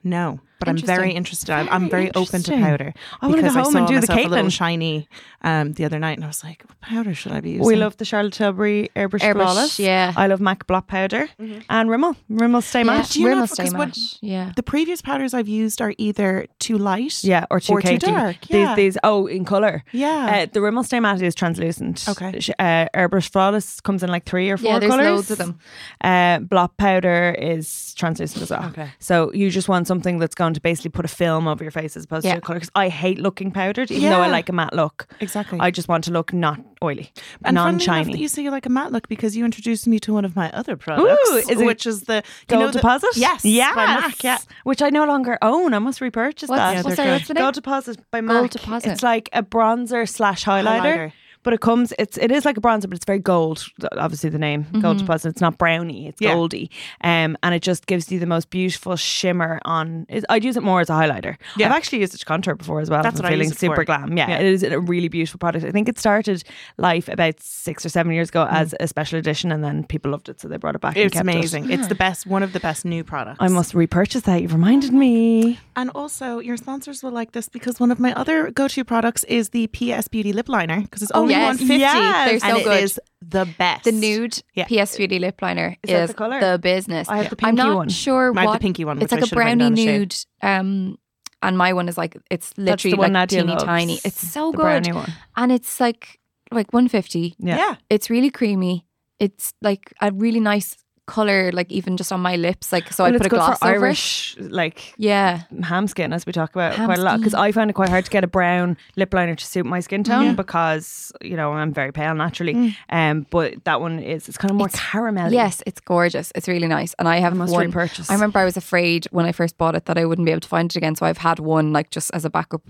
S1: no, but I'm very interested.
S3: Interesting.
S1: I'm, I'm very open to
S2: interesting.
S1: powder.
S2: I wanna go
S1: because
S2: home and
S1: saw
S2: do the
S1: myself A little
S2: Caitlyn.
S1: shiny um, the other night, and I was like, "What powder should I be using?"
S2: We love the Charlotte Tilbury airbrush, Mm-hmm.
S3: Airbrush,
S2: flawless.
S3: yeah.
S2: I love MAC block powder and Rimmel. Rimmel stay
S3: Yeah.
S2: matte.
S1: Do you know
S3: Rimmel
S1: if-
S3: Stay
S1: 'cause what-
S3: Matte, Yeah.
S1: the previous powders I've used are either too light,
S2: Yeah, or too,
S1: Or too
S2: cakey.
S1: dark,
S2: These,
S1: yeah.
S2: these. Oh, in color.
S1: Yeah.
S2: Uh, the Rimmel Stay Matte is translucent.
S1: Okay.
S2: Sh- Uh, airbrush flawless comes in like three or four
S3: Yeah, there's
S2: colors.
S3: loads of them.
S2: Uh, blot powder is translucent as well.
S1: Okay.
S2: So you just want something that's going to basically put a film over your face as opposed
S3: Yeah.
S2: to a color. Because I hate looking powdered, even though I
S1: Yeah.
S2: like a matte look.
S1: Exactly.
S2: I just want to look not oily,
S1: And funnily enough
S2: non-shiny.
S1: that you see like a matte look because you introduced me to one of my other products,
S2: Ooh, is it
S1: which is the you
S2: Gold
S1: know the-
S2: deposit?
S1: Yes,
S2: Yes.
S1: by MAC, yeah.
S2: Which I no longer own. I must repurchase
S3: What's-
S2: that.
S3: Yeah, what's they're that- what's the good. name?
S2: Gold deposit by MAC.
S3: Gold Deposit.
S2: It's like a bronzer slash highlighter.
S1: Highlighter.
S2: But it comes, it's it is like a bronzer, but it's very gold. Obviously, the name gold deposit. It's not brownie, it's
S1: Mm-hmm. Yeah.
S2: goldy, um, and it just gives you the most beautiful shimmer on. is- I'd use it more as a highlighter.
S1: Yeah.
S2: I've actually used it to contour before as well.
S1: That's
S2: if
S1: what
S2: I'm
S1: I use
S2: feeling
S1: it
S2: super
S1: for.
S2: glam. Yeah,
S1: Yeah.
S2: it is a really beautiful product. I think it started life about six or seven years ago as a special edition, and then people loved it, so they brought it back.
S1: Mm-hmm.
S2: and
S1: It's
S2: kept it.
S1: amazing. It's the best, one of the best new products.
S2: I must repurchase that. You've reminded me.
S1: and also, your sponsors will like this because one of my other go-to products is the PS Beauty lip liner because it's only
S3: Oh, yes.
S1: one fifty.
S2: Yes. They're
S1: and
S3: so
S1: it
S3: good.
S1: is the best.
S3: The nude
S1: Yeah.
S3: PS Beauty lip liner
S2: Is
S3: is,
S2: that the colour?
S3: business.
S2: I have the
S3: I'm
S2: pinky
S3: not
S2: one.
S3: sure
S1: I have the
S3: what
S1: pinky one.
S3: it's
S1: which I
S3: like a
S1: should have written down
S3: brownie
S1: the shade.
S3: nude. Um, and my one is like it's literally
S2: the one
S3: like
S2: Nadia
S3: teeny
S2: loves,
S3: tiny. It's so
S2: the
S3: good,
S2: brownie one.
S3: and it's like like 150.
S2: Yeah.
S1: Yeah.
S3: It's really creamy. It's like a really nice color, like even just on my lips. Like so,
S2: Well,
S3: I
S2: it's
S3: put a
S2: good
S3: gloss
S2: for
S3: over. it.
S2: Irish, like
S3: Yeah,
S2: ham skin, as we talk about
S3: Ham
S2: quite a lot, because
S3: skin.
S2: I find it quite hard to get a brown lip liner to suit my skin tone because you know I'm very pale naturally. Um, but that one is it's kind of more caramelly.
S3: Mm. yes, it's gorgeous. It's really nice, and I have
S2: I must
S3: one.
S2: repurchase.
S3: I remember I was afraid when I first bought it that I wouldn't be able to find it again. So I've had one like just as a backup,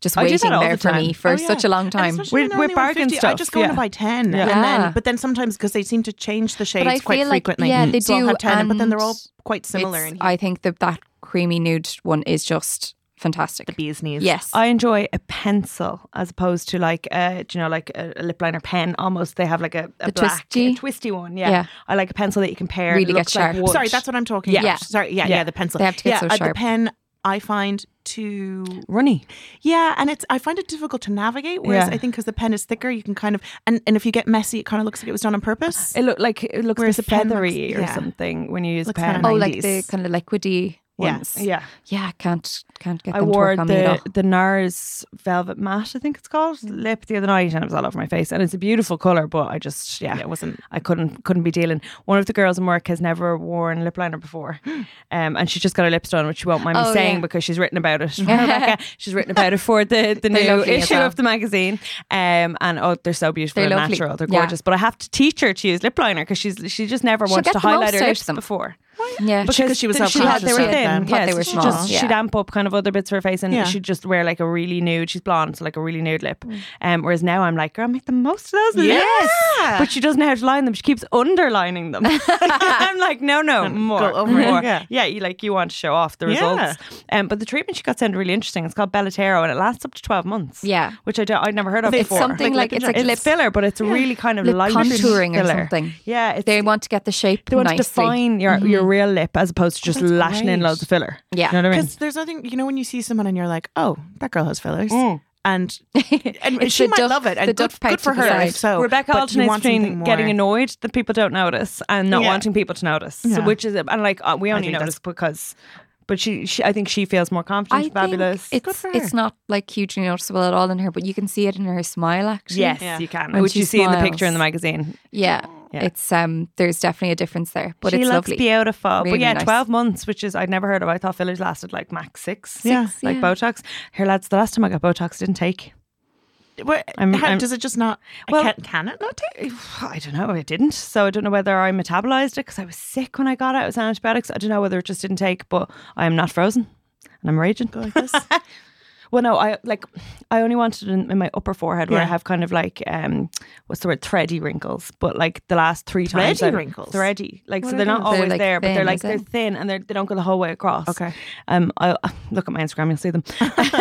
S3: just
S2: I do that
S3: waiting
S2: all the
S3: there for
S2: time.
S3: me for
S1: Oh,
S3: such
S1: yeah.
S3: a long
S1: And
S3: time.
S1: especially when
S2: We're-
S1: they're
S2: we're
S1: only
S2: bargain
S1: 150, I
S2: stuff,
S1: just go on
S2: yeah.
S1: and buy ten,
S2: Yeah.
S1: and
S3: Yeah.
S1: then but then sometimes because they seem to change the shades
S3: I
S1: quite
S3: feel like-
S1: frequently.
S3: yeah, they
S1: So I'll
S3: do,
S1: have ten, but then they're all
S3: and
S1: quite similar.
S3: It's-
S1: in
S3: I think that that creamy nude one is just fantastic.
S1: the bee's knees.
S3: yes,
S2: I enjoy a pencil as opposed to like a do you know like a, a lip liner pen. Almost they have like a, a
S3: The
S2: black
S3: twisty?
S2: a twisty one. Yeah.
S3: Yeah.
S2: I like a pencil that you can pair.
S3: Really
S2: it
S3: get
S2: looks like
S3: sharp.
S2: wood.
S1: Sorry, that's what I'm talking
S2: Yeah.
S1: about. Sorry, yeah,
S2: Yeah.
S1: yeah, the pencil.
S3: They have to get
S1: yeah,
S3: so
S1: uh, the
S3: sharp.
S1: pen I find too
S2: runny.
S1: yeah, and it's I find it difficult to navigate. Whereas
S2: Yeah.
S1: I think because the pen is thicker, you can kind of and, and if you get messy, it kind of looks like it was done on purpose.
S2: It look like it looks
S1: Whereas
S2: a bit
S1: a pen looks-
S2: feathery or
S1: yeah.
S2: something when you use a
S1: Looks
S2: pen. Oh,
S1: kinda
S3: oh, like the
S1: 90s.
S3: kind of liquidy
S1: Yeah.
S3: ones.
S2: yeah.
S3: yeah. I can't can't get
S2: I
S3: them to
S2: wore
S3: work on me at all.
S2: the, the NARS Velvet Matte, I think it's called, lip the other night, and it was all over my face. And it's a beautiful colour, but I just yeah,
S1: Yeah, it wasn't.
S2: I couldn't couldn't be dealing. One of the girls in work has never worn lip liner before, um, and she's just got her lips done, which she won't mind me
S3: Oh,
S2: saying
S3: yeah.
S2: because she's written about it. Rebecca, she's written about it for the the
S3: They're
S2: new
S3: lovely as
S2: issue
S3: well.
S2: of the magazine. Um, and oh, they're so beautiful,
S3: They're
S2: they're
S3: lovely.
S2: natural, they're
S3: Yeah.
S2: gorgeous. But I have to teach her to use lip liner because she's she just never wants
S3: get
S2: to
S3: the
S2: highlight
S3: most
S2: her
S3: out of
S2: lips
S3: them.
S2: before
S3: Yeah,
S1: Because she was
S2: th-
S1: self-conscious
S2: they were
S1: of
S2: thin.
S1: them.
S2: Yeah,
S3: Thought they
S2: so
S3: were
S2: she
S3: small.
S2: Just,
S3: Yeah.
S2: She'd amp up kind of other bits of her face, and
S1: Yeah.
S2: she'd just wear like a really nude. She's blonde, so like a really nude
S3: Mm.
S2: lip. Um, whereas now I'm like, girl, make the most of those lips. But she doesn't know how to line them. She keeps underlining them. I'm like, no, no, more,
S1: over it.
S2: more.
S1: Yeah.
S2: Yeah, you like you want to show off the
S1: Yeah.
S2: results. Um, but the treatment she got sounded really interesting. It's called Bellatero, and it lasts up to twelve months.
S3: Yeah.
S2: which I don't, I'd never heard of
S3: It's
S2: before.
S3: something like- it's like
S2: it's
S3: lip-
S2: filler, but it's a really kind of
S3: lip
S2: light
S3: contouring or
S2: filler.
S3: something.
S2: Yeah, it's
S3: they want to get the shape
S2: they want
S3: nicely. Mm-hmm.
S2: to
S3: Oh,
S2: define your, your real lip as opposed to just
S1: that's
S2: lashing in
S1: great.
S2: loads of filler.
S3: Yeah.
S2: You know what I mean?
S1: Because there's nothing, you know, when you see someone and you're like, oh, that girl has fillers. And, and
S3: Mm. It's
S1: she
S3: the
S1: might
S3: duck-
S1: love it.
S3: the
S1: And
S3: duck
S1: good,
S3: pouch
S1: good for
S3: at the
S1: her.
S3: side.
S1: if So
S2: Rebecca
S1: but you
S2: alternates
S1: want something
S2: between getting
S1: more.
S2: annoyed that people don't notice and not
S1: Yeah.
S2: wanting people to notice, so
S1: Yeah.
S2: which is and like uh, we only
S1: think that's-
S2: notice because but she, she I think she feels more confident.
S3: I
S2: fabulous.
S3: think it's it's not like hugely noticeable at all in her, but you can see it in her smile. Actually,
S2: yes,
S1: Yeah.
S2: you can,
S3: When
S2: which
S3: she
S2: you see in the picture in
S3: smiles.
S2: the magazine.
S3: yeah,
S2: Yeah.
S3: it's um. There's definitely a difference there, but
S2: she
S3: it's
S2: looks
S3: lovely.
S2: beautiful. but
S3: Really
S2: yeah,
S3: nice.
S2: twelve months, which is I'd never heard of. I thought fillers lasted like max six.
S1: Yeah.
S2: like
S3: yeah.
S2: Botox. Here, lads, the last time I got Botox, it didn't take.
S1: Well,
S2: I'm-
S1: how-
S2: I'm-
S1: does it just not?
S2: Well-
S1: can, can it not take?
S2: I don't know. It didn't. So I don't know whether I metabolized it because I was sick when I got it. It was antibiotics. I don't know whether it just didn't take. But I am not frozen, and I'm raging.
S1: Go like this.
S2: Well, no, I like I only wanted it in, in my upper forehead where I
S1: Yeah.
S2: have kind of like um what's the word thready wrinkles, but like the last three times
S1: Thready
S2: I've-
S1: wrinkles?
S2: thready like
S3: What
S2: so
S3: are
S2: they're not
S3: those? They're,
S2: always
S3: like,
S2: there, but
S3: thin,
S2: they're like
S3: is
S2: they're
S3: it?
S2: thin and they're they don't go the whole way across.
S1: Okay.
S2: um, I'll look at my Instagram, you'll see them.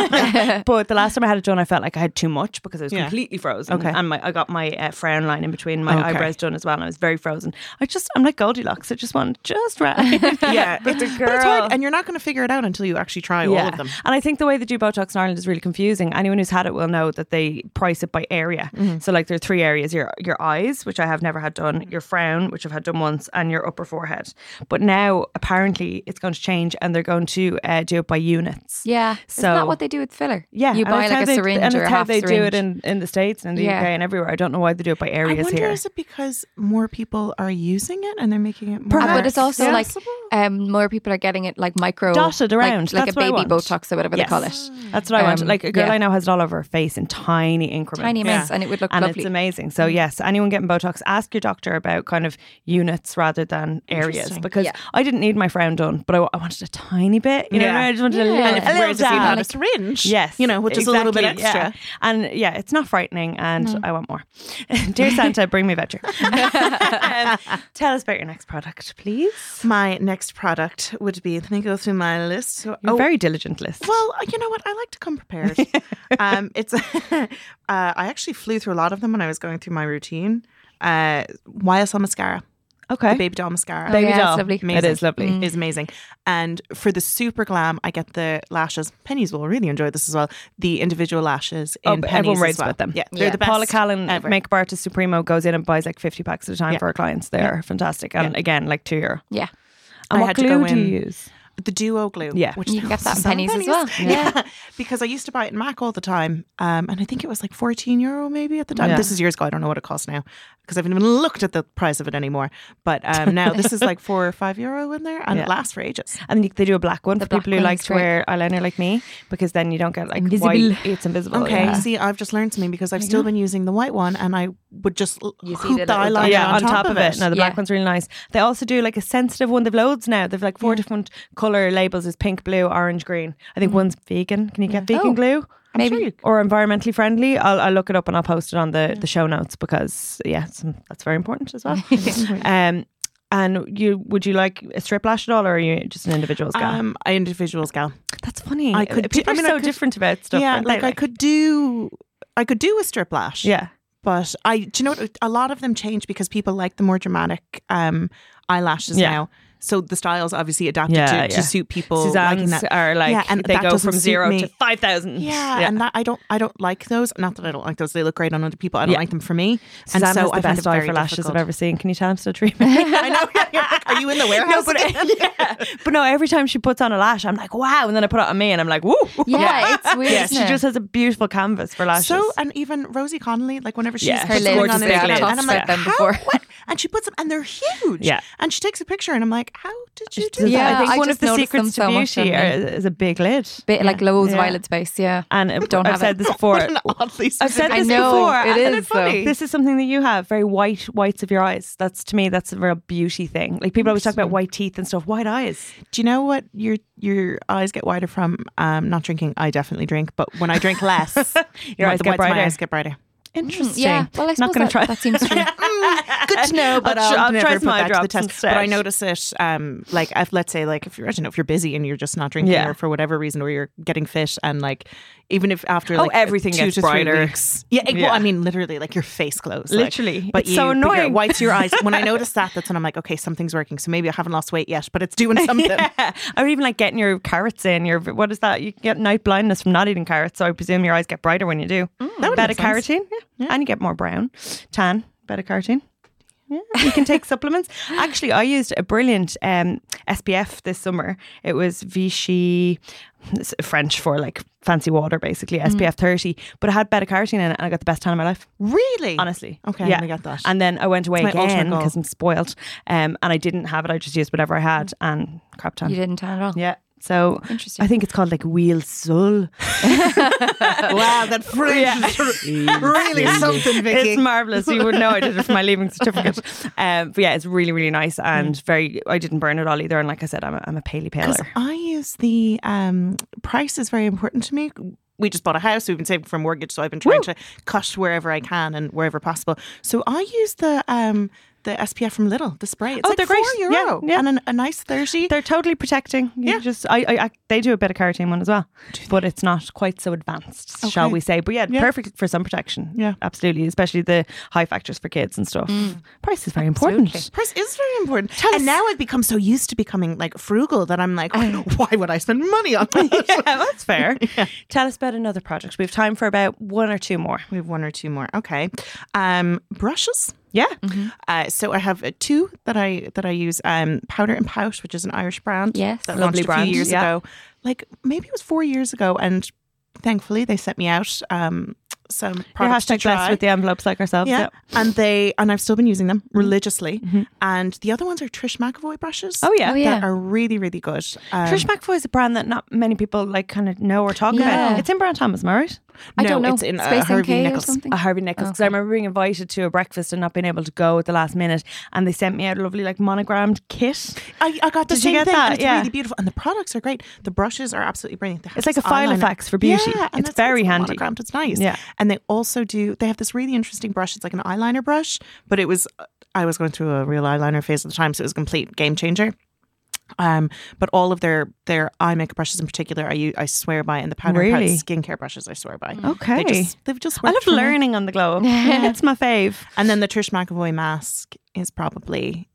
S2: but the last time I had it done, I felt like I had too much because I was
S1: Yeah.
S2: completely frozen.
S1: Okay.
S2: and my I got my uh, frown line in between my
S1: Okay.
S2: eyebrows done as well, and I was very frozen. I just I'm like Goldilocks. I just want just right.
S1: yeah,
S2: But
S1: But
S2: the
S1: it's
S2: girl-
S1: hard, and you're not going to figure it out until you actually try all of them.
S2: And I think the way they do Botox in Ireland is really confusing. Anyone who's had it will know that they price it by area.
S1: Mm-hmm.
S2: So like there are three areas: your your eyes, which I have never had done, your frown, which I've had done once, and your upper forehead. But now apparently it's going to change, and they're going to uh, do it by units.
S3: Yeah,
S2: So-
S3: isn't that what they do with filler?
S2: Yeah,
S3: you
S2: and
S3: buy
S2: it's how
S3: like a
S2: they-
S3: syringe
S2: and
S3: or
S2: it's
S3: a
S2: how
S3: half
S2: they
S3: syringe.
S2: do it in, in the states and in the
S3: Yeah.
S2: UK and everywhere. I don't know why they do it by
S1: I
S2: areas
S1: wonder,
S2: here.
S1: is it because more people are using it and they're making it more?
S3: Uh, but it's also like
S1: accessible?
S3: um, more people are getting it like micro
S2: Dotted
S3: like-
S2: around.
S3: like,
S2: That's
S3: a
S2: what I
S3: baby
S2: want.
S3: Botox or whatever
S2: Yes.
S3: they call it.
S2: That's what I want.
S3: Um,
S2: Like a girl
S3: yeah.
S2: I know has it all over her face in tiny increments.
S3: Tiny amounts,
S1: Yeah.
S3: and it would look
S2: and
S3: lovely.
S2: it's
S3: Mm.
S2: amazing. So yes, anyone getting Botox, ask your doctor about kind of units rather than areas
S1: Interesting.
S2: because
S3: Yeah.
S2: I didn't need my frown done, but I, wa- I wanted a tiny bit. You know, what I, mean? I just wanted a
S3: Yeah.
S2: little,
S3: And if
S2: a
S3: you were
S2: little
S3: to see
S1: you
S2: dab.
S1: had a
S3: like-
S1: syringe,
S2: Yes,
S1: you know, which is a little bit
S2: exactly,
S1: extra.
S2: yeah. and yeah, it's not frightening, and I want more. Dear Santa, bring me a voucher. Um, tell us about your next product, please.
S1: My next product would be. Let me go through my list. So,
S2: You're very diligent list.
S1: Well, uh, you know Oh. what? I like to come prepared. um, it's uh, I actually flew through a lot of them when I was going through my routine. Uh, YSL mascara,
S2: okay,
S1: the baby doll mascara,
S3: Baby yeah, doll. it's lovely.
S2: lovely. It is lovely.
S1: is amazing. Mm. And for the super glam, I get the lashes. Pennies will really enjoy this as well. The individual lashes in
S2: Oh, but
S1: pennies
S2: everyone
S1: as
S2: raves
S1: well.
S2: about them.
S1: Yeah, they're
S3: Yeah.
S1: the best.
S2: Paula Callan,
S1: ever.
S2: makeup artist Supremo, goes in and buys like 50 packs at a time
S1: Yeah.
S2: for her clients. They're fantastic. And again, like two euro.
S3: yeah,
S1: I
S2: And what
S1: had to
S2: glue
S1: go
S2: do
S1: in-
S2: you use?
S1: the duo glue.
S2: Yeah.
S1: which
S3: you can get that in
S1: some
S3: pennies, as well.
S1: Yeah. because I used to buy it in Mac all the time, um, and I think it was like fourteen euro maybe at the time.
S2: Yeah.
S1: This is years ago. I don't know what it costs now because I haven't even looked at the price of it anymore. But um, now this is like four or five euro in there, and
S2: Yeah.
S1: it lasts for ages.
S2: And you- they do a black one for
S3: black
S2: people who
S3: one
S2: like
S3: is
S2: to
S3: great.
S2: wear eyeliner like me because then you don't get like
S3: Invisible.
S2: white. It's invisible.
S1: Okay,
S2: Oh, yeah.
S1: see, I've just learned something because I've still been using the white one, and I would just l-
S3: You see
S1: hoop
S3: the
S1: the,
S3: little dot.
S1: eyeliner
S2: Yeah,
S1: on, top, of it.
S2: No, the black
S3: Yeah.
S2: one's really nice. They also do like a sensitive one. They've loads now. They've like four different color labels: is pink, blue, orange, green. I think one's vegan. Can you get vegan
S3: Mm-hmm. Oh,
S2: glue?
S3: maybe. sure you
S2: or environmentally friendly. I'll, I'll look it up and I'll post it on the, the show notes because yeah, it's, mm, that's very important as well. um, and you would you like a strip lash at all, or are you just an individual gal?
S1: Um, I individuals gal.
S2: that's funny.
S1: I could do-
S2: People
S1: I mean,
S2: are
S1: I
S2: so
S1: could-
S2: different about stuff.
S1: yeah,
S2: aren't they,
S1: like I could do, I could do a strip lash.
S2: Yeah.
S1: but I do you know what a lot of them change because people like the more dramatic um eyelashes
S2: Yeah.
S1: now. So the styles obviously adapted
S2: Yeah,
S1: to,
S2: yeah.
S1: to suit people liking
S2: Suzanne's
S1: that.
S2: are like
S1: Yeah, and
S2: they
S1: that
S2: go
S1: doesn't suit
S2: from zero
S1: me.
S2: to five thousand.
S1: yeah, and that I don't, I don't like those. Not that I don't like those; they look great on other people. I don't
S2: Yeah.
S1: like them for me.
S2: Suzanne
S1: and so
S2: has the
S1: I find
S2: best
S1: it
S2: eye
S1: very
S2: for lashes
S1: difficult.
S2: I've ever seen. Can you tell I'm still dreaming?
S1: I know. You're like, Are you in the warehouse?
S2: but,
S1: again?"
S2: but no, every time she puts on a lash, I'm like, wow. And then I put it on me and I'm like, woo.
S3: yeah, it's weird.
S2: Yeah,
S3: isn't
S2: she
S3: it?
S2: just has a beautiful canvas for lashes.
S1: So and even Rosie Connolly, like whenever she's
S2: Yeah,
S1: puts
S2: her
S1: something
S2: gorgeous
S1: on
S2: big lids.
S1: Instagram, and I'm like,
S2: Talked about
S3: them
S1: how?
S3: before.
S1: What? And she puts them, and they're huge.
S2: Yeah.
S1: and she takes a picture, and I'm like, how did you do
S2: Does that-
S1: that?
S3: Yeah,
S2: I think
S3: I
S2: one of
S3: just
S2: the
S3: noticed
S2: secrets
S3: them
S2: to
S3: so much
S2: beauty
S3: on
S2: are, is a big lid.
S3: bit like loads
S2: Yeah.
S3: of eyelid space. Yeah,
S2: And I've,
S3: Don't
S2: I've
S3: have
S2: said
S3: it.
S2: this before.
S1: An oddly
S2: I've
S1: specific-
S2: said
S3: I
S2: this
S3: know,
S2: before.
S3: it
S2: and
S3: is,
S2: it's funny.
S3: though.
S2: This is something that you have very white whites of your eyes. That's to me, that's a real beauty thing. Like people always talk about white teeth and stuff. White
S3: Mm,
S2: eyes.
S1: Do you know what your your eyes get wider from? Um, not drinking. I definitely drink, but when I drink less,
S2: Your
S1: my-
S2: eyes
S1: the
S2: get
S1: whites of
S2: brighter.
S1: My eyes get brighter.
S2: Interesting.
S3: yeah. Well, I suppose
S2: not going to
S3: that,
S2: try.
S3: that seems true.
S2: Mm,
S1: Good to know, but
S2: I'll
S1: I'll,
S2: tr- I'll
S1: never
S2: try
S1: put
S2: some eye
S1: that to the
S2: drops
S1: test.
S2: instead.
S1: But I notice it. Um, like if let's say, like if you're, I don't know, if you're busy and you're just not drinking,
S2: Yeah.
S1: or for whatever reason, or you're getting fit, and like even if after
S2: Oh,
S1: like
S2: everything
S1: two
S2: gets
S1: to three
S2: brighter.
S1: weeks, yeah, it-
S2: Yeah.
S1: Well, I mean, literally, like your face glows, like,
S2: Literally.
S1: but
S2: It's
S1: you,
S2: so
S1: but your
S2: annoying.
S1: whites of your eyes. When I notice that, that's when I'm like, okay, something's working. So maybe I haven't lost weight yet, but it's doing something.
S2: Yeah. Or even like getting your carrots in. Your what is that? You get night blindness from not eating carrots. So I presume your eyes get brighter when you do.
S1: Mm,
S2: Mm.
S1: that would
S2: Beta
S1: make sense.
S2: carotene, yeah. and you get more brown, tan. Beta carotene. you can take supplements. Actually, I used a brilliant um, SPF this summer. It was Vichy, it's French for like fancy water,
S1: Mm.
S2: basically SPF 30, but it had beta carotene in it, and I got the best tan of my life.
S1: Really?
S2: Honestly,
S1: Okay, I'm
S2: yeah,
S1: gonna get that.
S2: And then I went away
S1: It's my ultimate
S2: again
S1: goal.
S2: because I'm spoiled, um, and I didn't have it. I just used whatever I
S1: Mm.
S2: had and crap tan.
S3: You didn't tan at all.
S2: Yeah. So
S3: Interesting.
S2: I think it's called like wheel sol.
S1: wow, that fringe is really something, Vicky.
S2: It's marvelous. You would know I did it for my leaving certificate. Um, but yeah, it's really really nice and
S1: Mm.
S2: very. I didn't burn it all either. And like I said, I'm a, I'm a paley
S1: Because
S2: paler.
S1: I use the um, price is very important to me. We just bought a house. We've been saving for a mortgage, so I've been trying to cut wherever I can and wherever possible. So I use the um, the SPF from Lidl, the spray. It's
S2: Oh,
S1: like
S2: they're
S1: four
S2: great.
S1: euro
S2: Yeah, yeah.
S1: and an, a nice thirty.
S2: They're totally protecting. You
S1: Yeah.
S2: Just I, I, I they do a bit of carotene one as well, but it's not quite so advanced, shall
S1: Okay.
S2: we say? But yeah,
S1: Yeah.
S2: perfect for sun protection.
S1: Yeah. Mm.
S2: absolutely, especially the high factors for kids and stuff. Price is very important.
S1: Price is very important. and now I've become so used to becoming like frugal that I'm like, why would I spend money on this?
S2: yeah, that's fair. Tell us about another project. We have time for about one or two more.
S1: We have one or two more. Okay, um, brushes.
S2: Yeah.
S1: Uh, so I have uh, two that I that I use. Um, Powder and Pouch, which is an Irish brand.
S3: Yes.
S1: that
S2: Lovely
S1: launched a
S2: brand,
S1: few years
S2: yeah.
S1: ago. Like maybe it was four years ago, and thankfully they sent me out um, some
S2: Your
S1: products to
S2: hashtag
S1: try.
S2: blessed with the envelopes like ourselves.
S1: yeah.
S2: yeah. Mm-hmm.
S1: and they and I've still been using them religiously. And the other ones are Trish McAvoy brushes.
S2: Oh yeah.
S3: Oh, yeah.
S1: that are really really good. Um,
S2: Trish McAvoy is a brand that not many people like kind of know or talk
S3: Yeah.
S2: about. It's in Brand Thomas, am I right?
S3: I
S1: no,
S3: don't know.
S1: it's in, uh,
S3: Space
S1: Harvey
S3: NK
S1: Nichols.
S3: or something.
S2: A Harvey Nichols because I remember being invited to a breakfast and not being able to go at the last minute, and they sent me out a lovely like monogrammed kit.
S1: I, I got the
S2: Did you
S1: same
S2: get
S1: thing.
S2: that?
S1: And it's
S2: Yeah.
S1: really beautiful, and the products are great. The brushes are absolutely brilliant. They have
S2: It's like a
S1: this eyeliner.
S2: Filofax for beauty.
S1: Yeah, and
S2: It's
S1: that's-
S2: very handy.
S1: monogrammed. It's nice.
S2: Yeah.
S1: and they also do. They have this really interesting brush. It's like an eyeliner brush, but it was. I was going through a real eyeliner phase at the time, so it was a complete game changer. Um, but all of their their eye makeup brushes in particular, I u- I swear by, and the powder and
S2: Really?
S1: powder skincare brushes I swear by. they
S2: Okay.
S1: just, they've just.
S2: I
S1: worked
S2: love
S1: for me.
S2: learning on the glow up. It's my fave.
S1: And then the Trish McAvoy mask is probably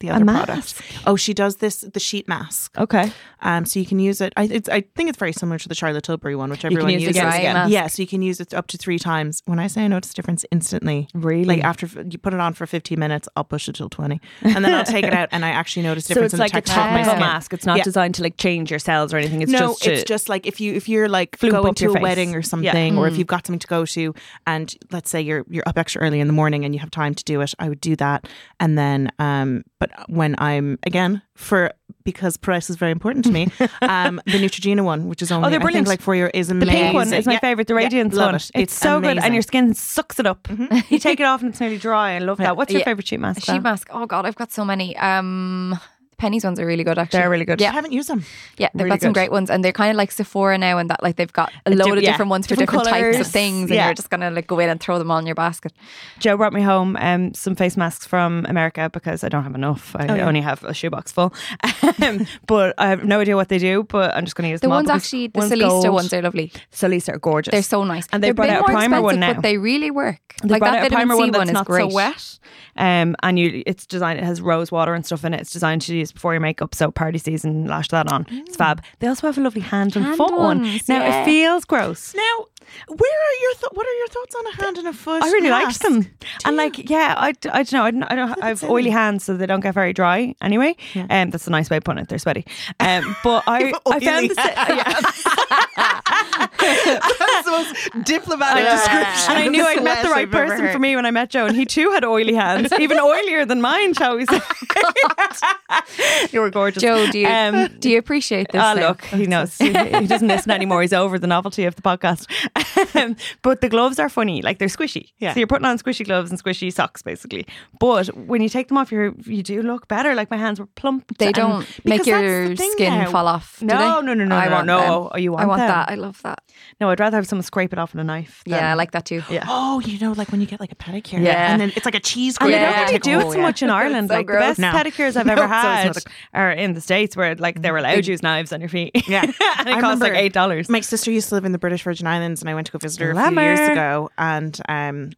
S1: the other
S2: mask?
S1: product. Oh, she does this the sheet mask.
S2: Okay.
S1: Um, so you can use it. I, it's, I think it's very similar to the Charlotte Tilbury one, which everyone
S2: use it
S1: uses.
S2: again and
S1: Yes,
S3: again. Dry mask.
S1: Yeah, so you can use it up to three times. When I say I notice a difference instantly,
S2: Really?
S1: like after f- you put it on for fifteen minutes, I'll push it till twenty, and then I'll take it out, and I actually notice a
S2: So
S1: difference
S2: it's
S1: in
S2: like
S1: the
S2: a
S1: texture of my
S2: topical
S1: skin.
S2: mask. It's not
S1: Yeah.
S2: designed to like change your cells or anything. It's
S1: no,
S2: just to,
S1: it's just like if you if you're like
S2: Fluke
S1: going
S2: up
S1: to
S2: your
S1: a
S2: face. Mm.
S1: wedding or something, or if you've got something to go to, and let's say you're you're up extra early in the morning and you have time to do it, I would do that. And then, um, but when I'm again for because price is very important to me, um, the Neutrogena one, which is only
S2: Oh, they're
S1: I think
S2: brilliant.
S1: like four euro, is
S2: The
S1: amazing.
S2: pink one is my
S1: Yeah,
S2: favorite, the
S1: yeah,
S2: radiance
S1: love
S2: one.
S1: it.
S2: It's, so good,
S1: amazing.
S2: and your skin sucks it up. You take it off, and it's nearly dry. I love that. What's your
S3: Mm-hmm. Yeah.
S2: favorite sheet mask?
S3: Sheet
S2: Val?
S3: mask. Oh god, I've got so many. Um, Penny's ones are really good. Actually,
S2: They're really good.
S1: I haven't used them.
S3: Yeah, they've
S2: Really
S3: got some
S2: good.
S3: great ones, and they're kind of like Sephora now, and that like they've got a load
S2: diff-
S3: of
S2: yeah,
S3: different ones for
S2: different
S3: different, types
S2: colours.
S3: of things, and
S2: Yeah.
S3: you're just gonna like go in and throw them all in your basket.
S2: Joe brought me home um, some face masks from America because I don't have enough.
S3: Oh,
S2: I only have a shoebox full. Um, but I have no idea what they do, but I'm just going to use
S3: The
S2: them all
S3: ones
S2: because
S3: actually, the
S2: one's
S3: Solista
S2: gold.
S3: ones are lovely.
S2: Solista are gorgeous.
S3: They're so nice,
S2: And they
S3: They're
S2: brought
S3: bit
S2: out a
S3: more
S2: primer one
S3: expensive,
S2: now.
S3: but they really work.
S2: They
S3: like
S2: brought
S3: that
S2: out a
S3: vitamin
S2: primer
S3: C
S2: one that's
S3: is
S2: not
S3: great.
S2: so wet, um, and you it's designed. It has rose water and stuff in it. It's designed to use before your makeup, so party season, lash that on. It's fab. They also have a lovely hand and
S3: Mm. Hand
S2: foot one.
S3: ones,
S2: Now it
S3: yeah.
S2: feels gross.
S1: Now, where are your th- what are your thoughts on a hand and a foot?
S2: I really
S1: mask?
S2: liked them, and like yeah, I, d- I don't know, I don't, I don't I've oily hands, so they don't get very dry anyway. Um, that's a nice way of putting it. They're sweaty, um, but I I
S1: Oily
S2: found the sa- yeah,
S1: That's the most diplomatic description.
S2: and I
S1: of
S2: knew I'd
S1: sweat
S2: met the right
S1: I've ever
S2: person for
S1: heard.
S2: me when I met Joe, and he too had oily hands, even oilier than mine, shall we say? you were gorgeous,
S3: Joe, do you
S2: Um,
S3: do you appreciate this?
S2: Ah,
S3: now?
S2: look, he knows. he he doesn't listen anymore. He's over the novelty of the podcast. Um, but the gloves are funny. Like they're squishy.
S1: Yeah.
S2: So you're putting on squishy gloves and squishy socks, basically. But when you take them off, you you do look better. Like my hands were plump.
S3: They
S2: and-
S3: don't
S1: because
S3: make
S1: that's the
S3: your
S1: thing
S3: skin
S1: now.
S3: fall off. do
S2: No,
S3: they?
S2: no, no, no,
S3: I
S2: no,
S3: want
S2: no.
S3: them.
S2: Oh, you
S3: I
S2: want
S3: want
S2: them.
S3: that. I love that.
S2: No, I'd rather have someone scrape it off with a knife. than-
S3: Yeah, I like that too.
S2: Yeah.
S1: Oh, you know, like when you get like a pedicure,
S3: Yeah.
S1: and then it's like a cheese
S2: And
S1: grater.
S2: they
S3: Yeah.
S2: don't really
S1: Take
S2: Oh, do
S1: a-
S2: it so much in Ireland.
S3: so
S2: like the
S3: gross.
S2: best
S1: No.
S2: pedicures I've
S1: No,
S2: ever
S1: it's always
S2: had
S1: not
S2: are in the States, where like they were allowed use knives on your feet.
S1: Yeah.
S2: and it
S1: I
S2: costs like
S1: remember
S2: eight dollars.
S1: My sister used to live in the British Virgin Islands, and I went to go visit her a few
S2: Glamour.
S1: years ago. And um,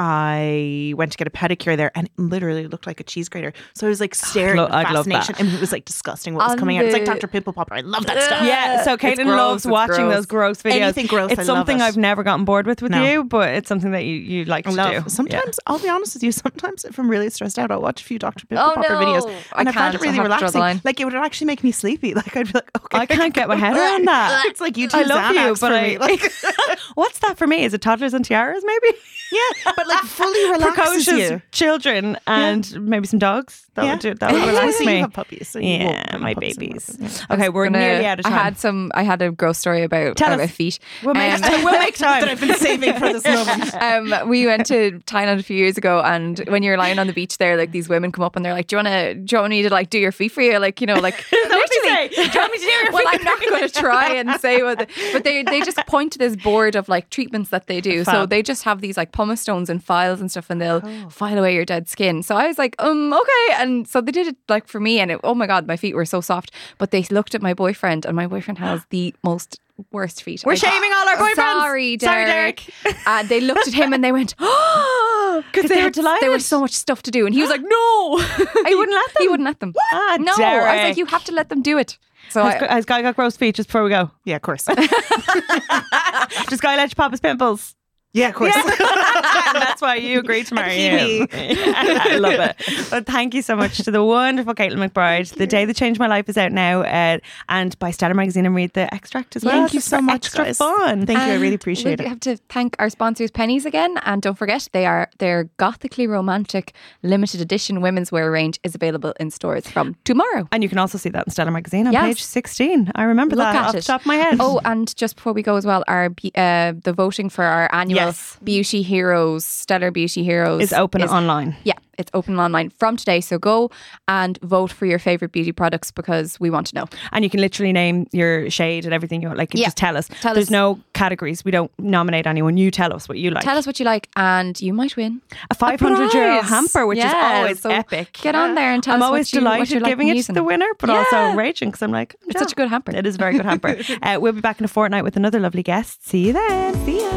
S1: I went to get a pedicure there, and it literally looked like a cheese grater. So I was like staring
S2: lo-
S1: at
S2: I'd love that.
S1: fascination, and it was like disgusting what was
S3: On
S1: coming out. It's like
S3: the-
S1: Dr. Pimple Popper. I love that stuff.
S2: Yeah, so Caitlin
S3: gross,
S2: loves
S3: it's
S2: watching
S3: gross.
S2: those gross videos.
S1: Anything gross,
S2: It's
S1: I love
S2: something
S1: it.
S2: I've never gotten bored with with
S1: No.
S2: you, but it's something that you, you like
S1: I
S2: to
S1: love.
S2: do.
S1: Sometimes I'll be honest with you. Sometimes if I'm really stressed out, I'll watch a few Dr. Pimple
S3: Oh,
S1: Popper
S3: no.
S1: videos,
S3: I
S1: and I, find
S3: can't.
S1: it
S3: I
S1: really
S3: have to draw the
S1: relaxing.
S3: line.
S1: Like it would actually make me sleepy. Like I'd be like, okay,
S2: I can't get my head around that.
S1: It's like you two
S2: I love you,
S1: Xanax
S2: but
S1: for
S2: I,
S1: me. Like,
S2: what's that for me? Is it toddlers and tiaras? Maybe
S1: yeah, but like fully relaxes
S2: precocious
S1: you.
S2: children and maybe some dogs. That
S1: Yeah.
S2: would do, that would
S1: Yeah,
S2: relax
S1: so
S2: me.
S1: You have puppies, so you won't
S2: yeah,
S1: have
S2: my
S1: puppies in
S2: babies.
S1: the house.
S2: Okay, we're
S3: gonna-
S2: nearly out of time.
S3: I had some. I had a gross story about,
S2: Tell
S3: about
S2: us.
S3: feet.
S2: we'll, make,
S3: Um,
S2: we'll make time.
S1: That I've been saving for this moment.
S3: um, we went to Thailand a few years ago, and when you're lying on the beach there, like these women come up and they're like, "Do you want to? Do you want me to like do your feet for you? Like you know, like literally."
S2: do you want me to do your
S3: Well,
S2: feet?
S3: I'm not going to try and say what, they, but they they just point to this board of like treatments that they do. So
S2: Fab. Oh.
S3: they just have these like pumice stones and files and stuff, and they'll file away your dead skin. So I was like, um, okay, and so they did it like for me, and it, oh my god, my feet were so soft. But they looked at my boyfriend, and my boyfriend has the most worst feet.
S2: We're
S3: I-
S2: shaming all our boyfriends.
S3: Sorry, Derek. and they looked at him and they went, oh,
S2: Because they were
S3: had- There
S2: delighted.
S3: was so much stuff to do, and he was like, no,
S2: I wouldn't let
S3: He
S2: them.
S3: wouldn't let them.
S2: Ah,
S3: no, I was
S2: Derek.
S3: like, you have to let them do it. So
S2: Has,
S3: I,
S2: has Guy got gross feet just before we go?
S1: Yeah, of course.
S2: Does Guy let you pop his pimples?
S1: Yeah, of course.
S2: and that's why you agreed to marry him. I love it. But thank you so much to the wonderful Caitlin McBride. The Day That Changed My Life is out now, uh, and by Stellar Magazine, and read the extract as well.
S1: Thank you
S2: just
S1: so
S2: for
S1: much,
S2: extra
S1: guys.
S2: fun.
S1: Thank you. I really
S3: And
S1: appreciate
S3: we
S1: it.
S3: have to thank our sponsors, Pennies, again, and don't forget they are their gothically romantic limited edition women's wear range is available in stores from tomorrow.
S2: And you can also see that in Stellar Magazine on
S3: Yes.
S2: page 16. I remember
S3: Look
S2: that
S3: at
S2: off
S3: it.
S2: the top of my head.
S3: Oh, and just before we go as well, our be- uh, the voting for our annual
S2: Yes.
S3: Beauty Heroes, Stellar Beauty Heroes
S2: it's open
S3: is
S2: online.
S3: Yeah, it's open online from today. So go and vote for your favorite beauty products because we want to know.
S2: and you can literally name your shade and everything you want. Like, you
S3: Yeah.
S2: just tell us.
S3: Tell
S2: There's
S3: us.
S2: no categories. We don't nominate anyone. You tell us what you like.
S3: Tell us what you like, and you might win.
S2: a 500 euro
S3: prize.
S2: hamper, which
S3: Yeah,
S2: is always
S3: so
S2: epic.
S3: get on there and tell
S2: I'm
S3: us what
S2: always
S3: you- what
S2: delighted
S3: you like
S2: giving
S3: and
S2: it to
S3: using.
S2: the winner, but
S3: Yeah.
S2: also raging because I'm like,
S3: It's such a good hamper.
S2: It is a very good hamper. uh, we'll be back in a fortnight with another lovely guest. See you then. See ya.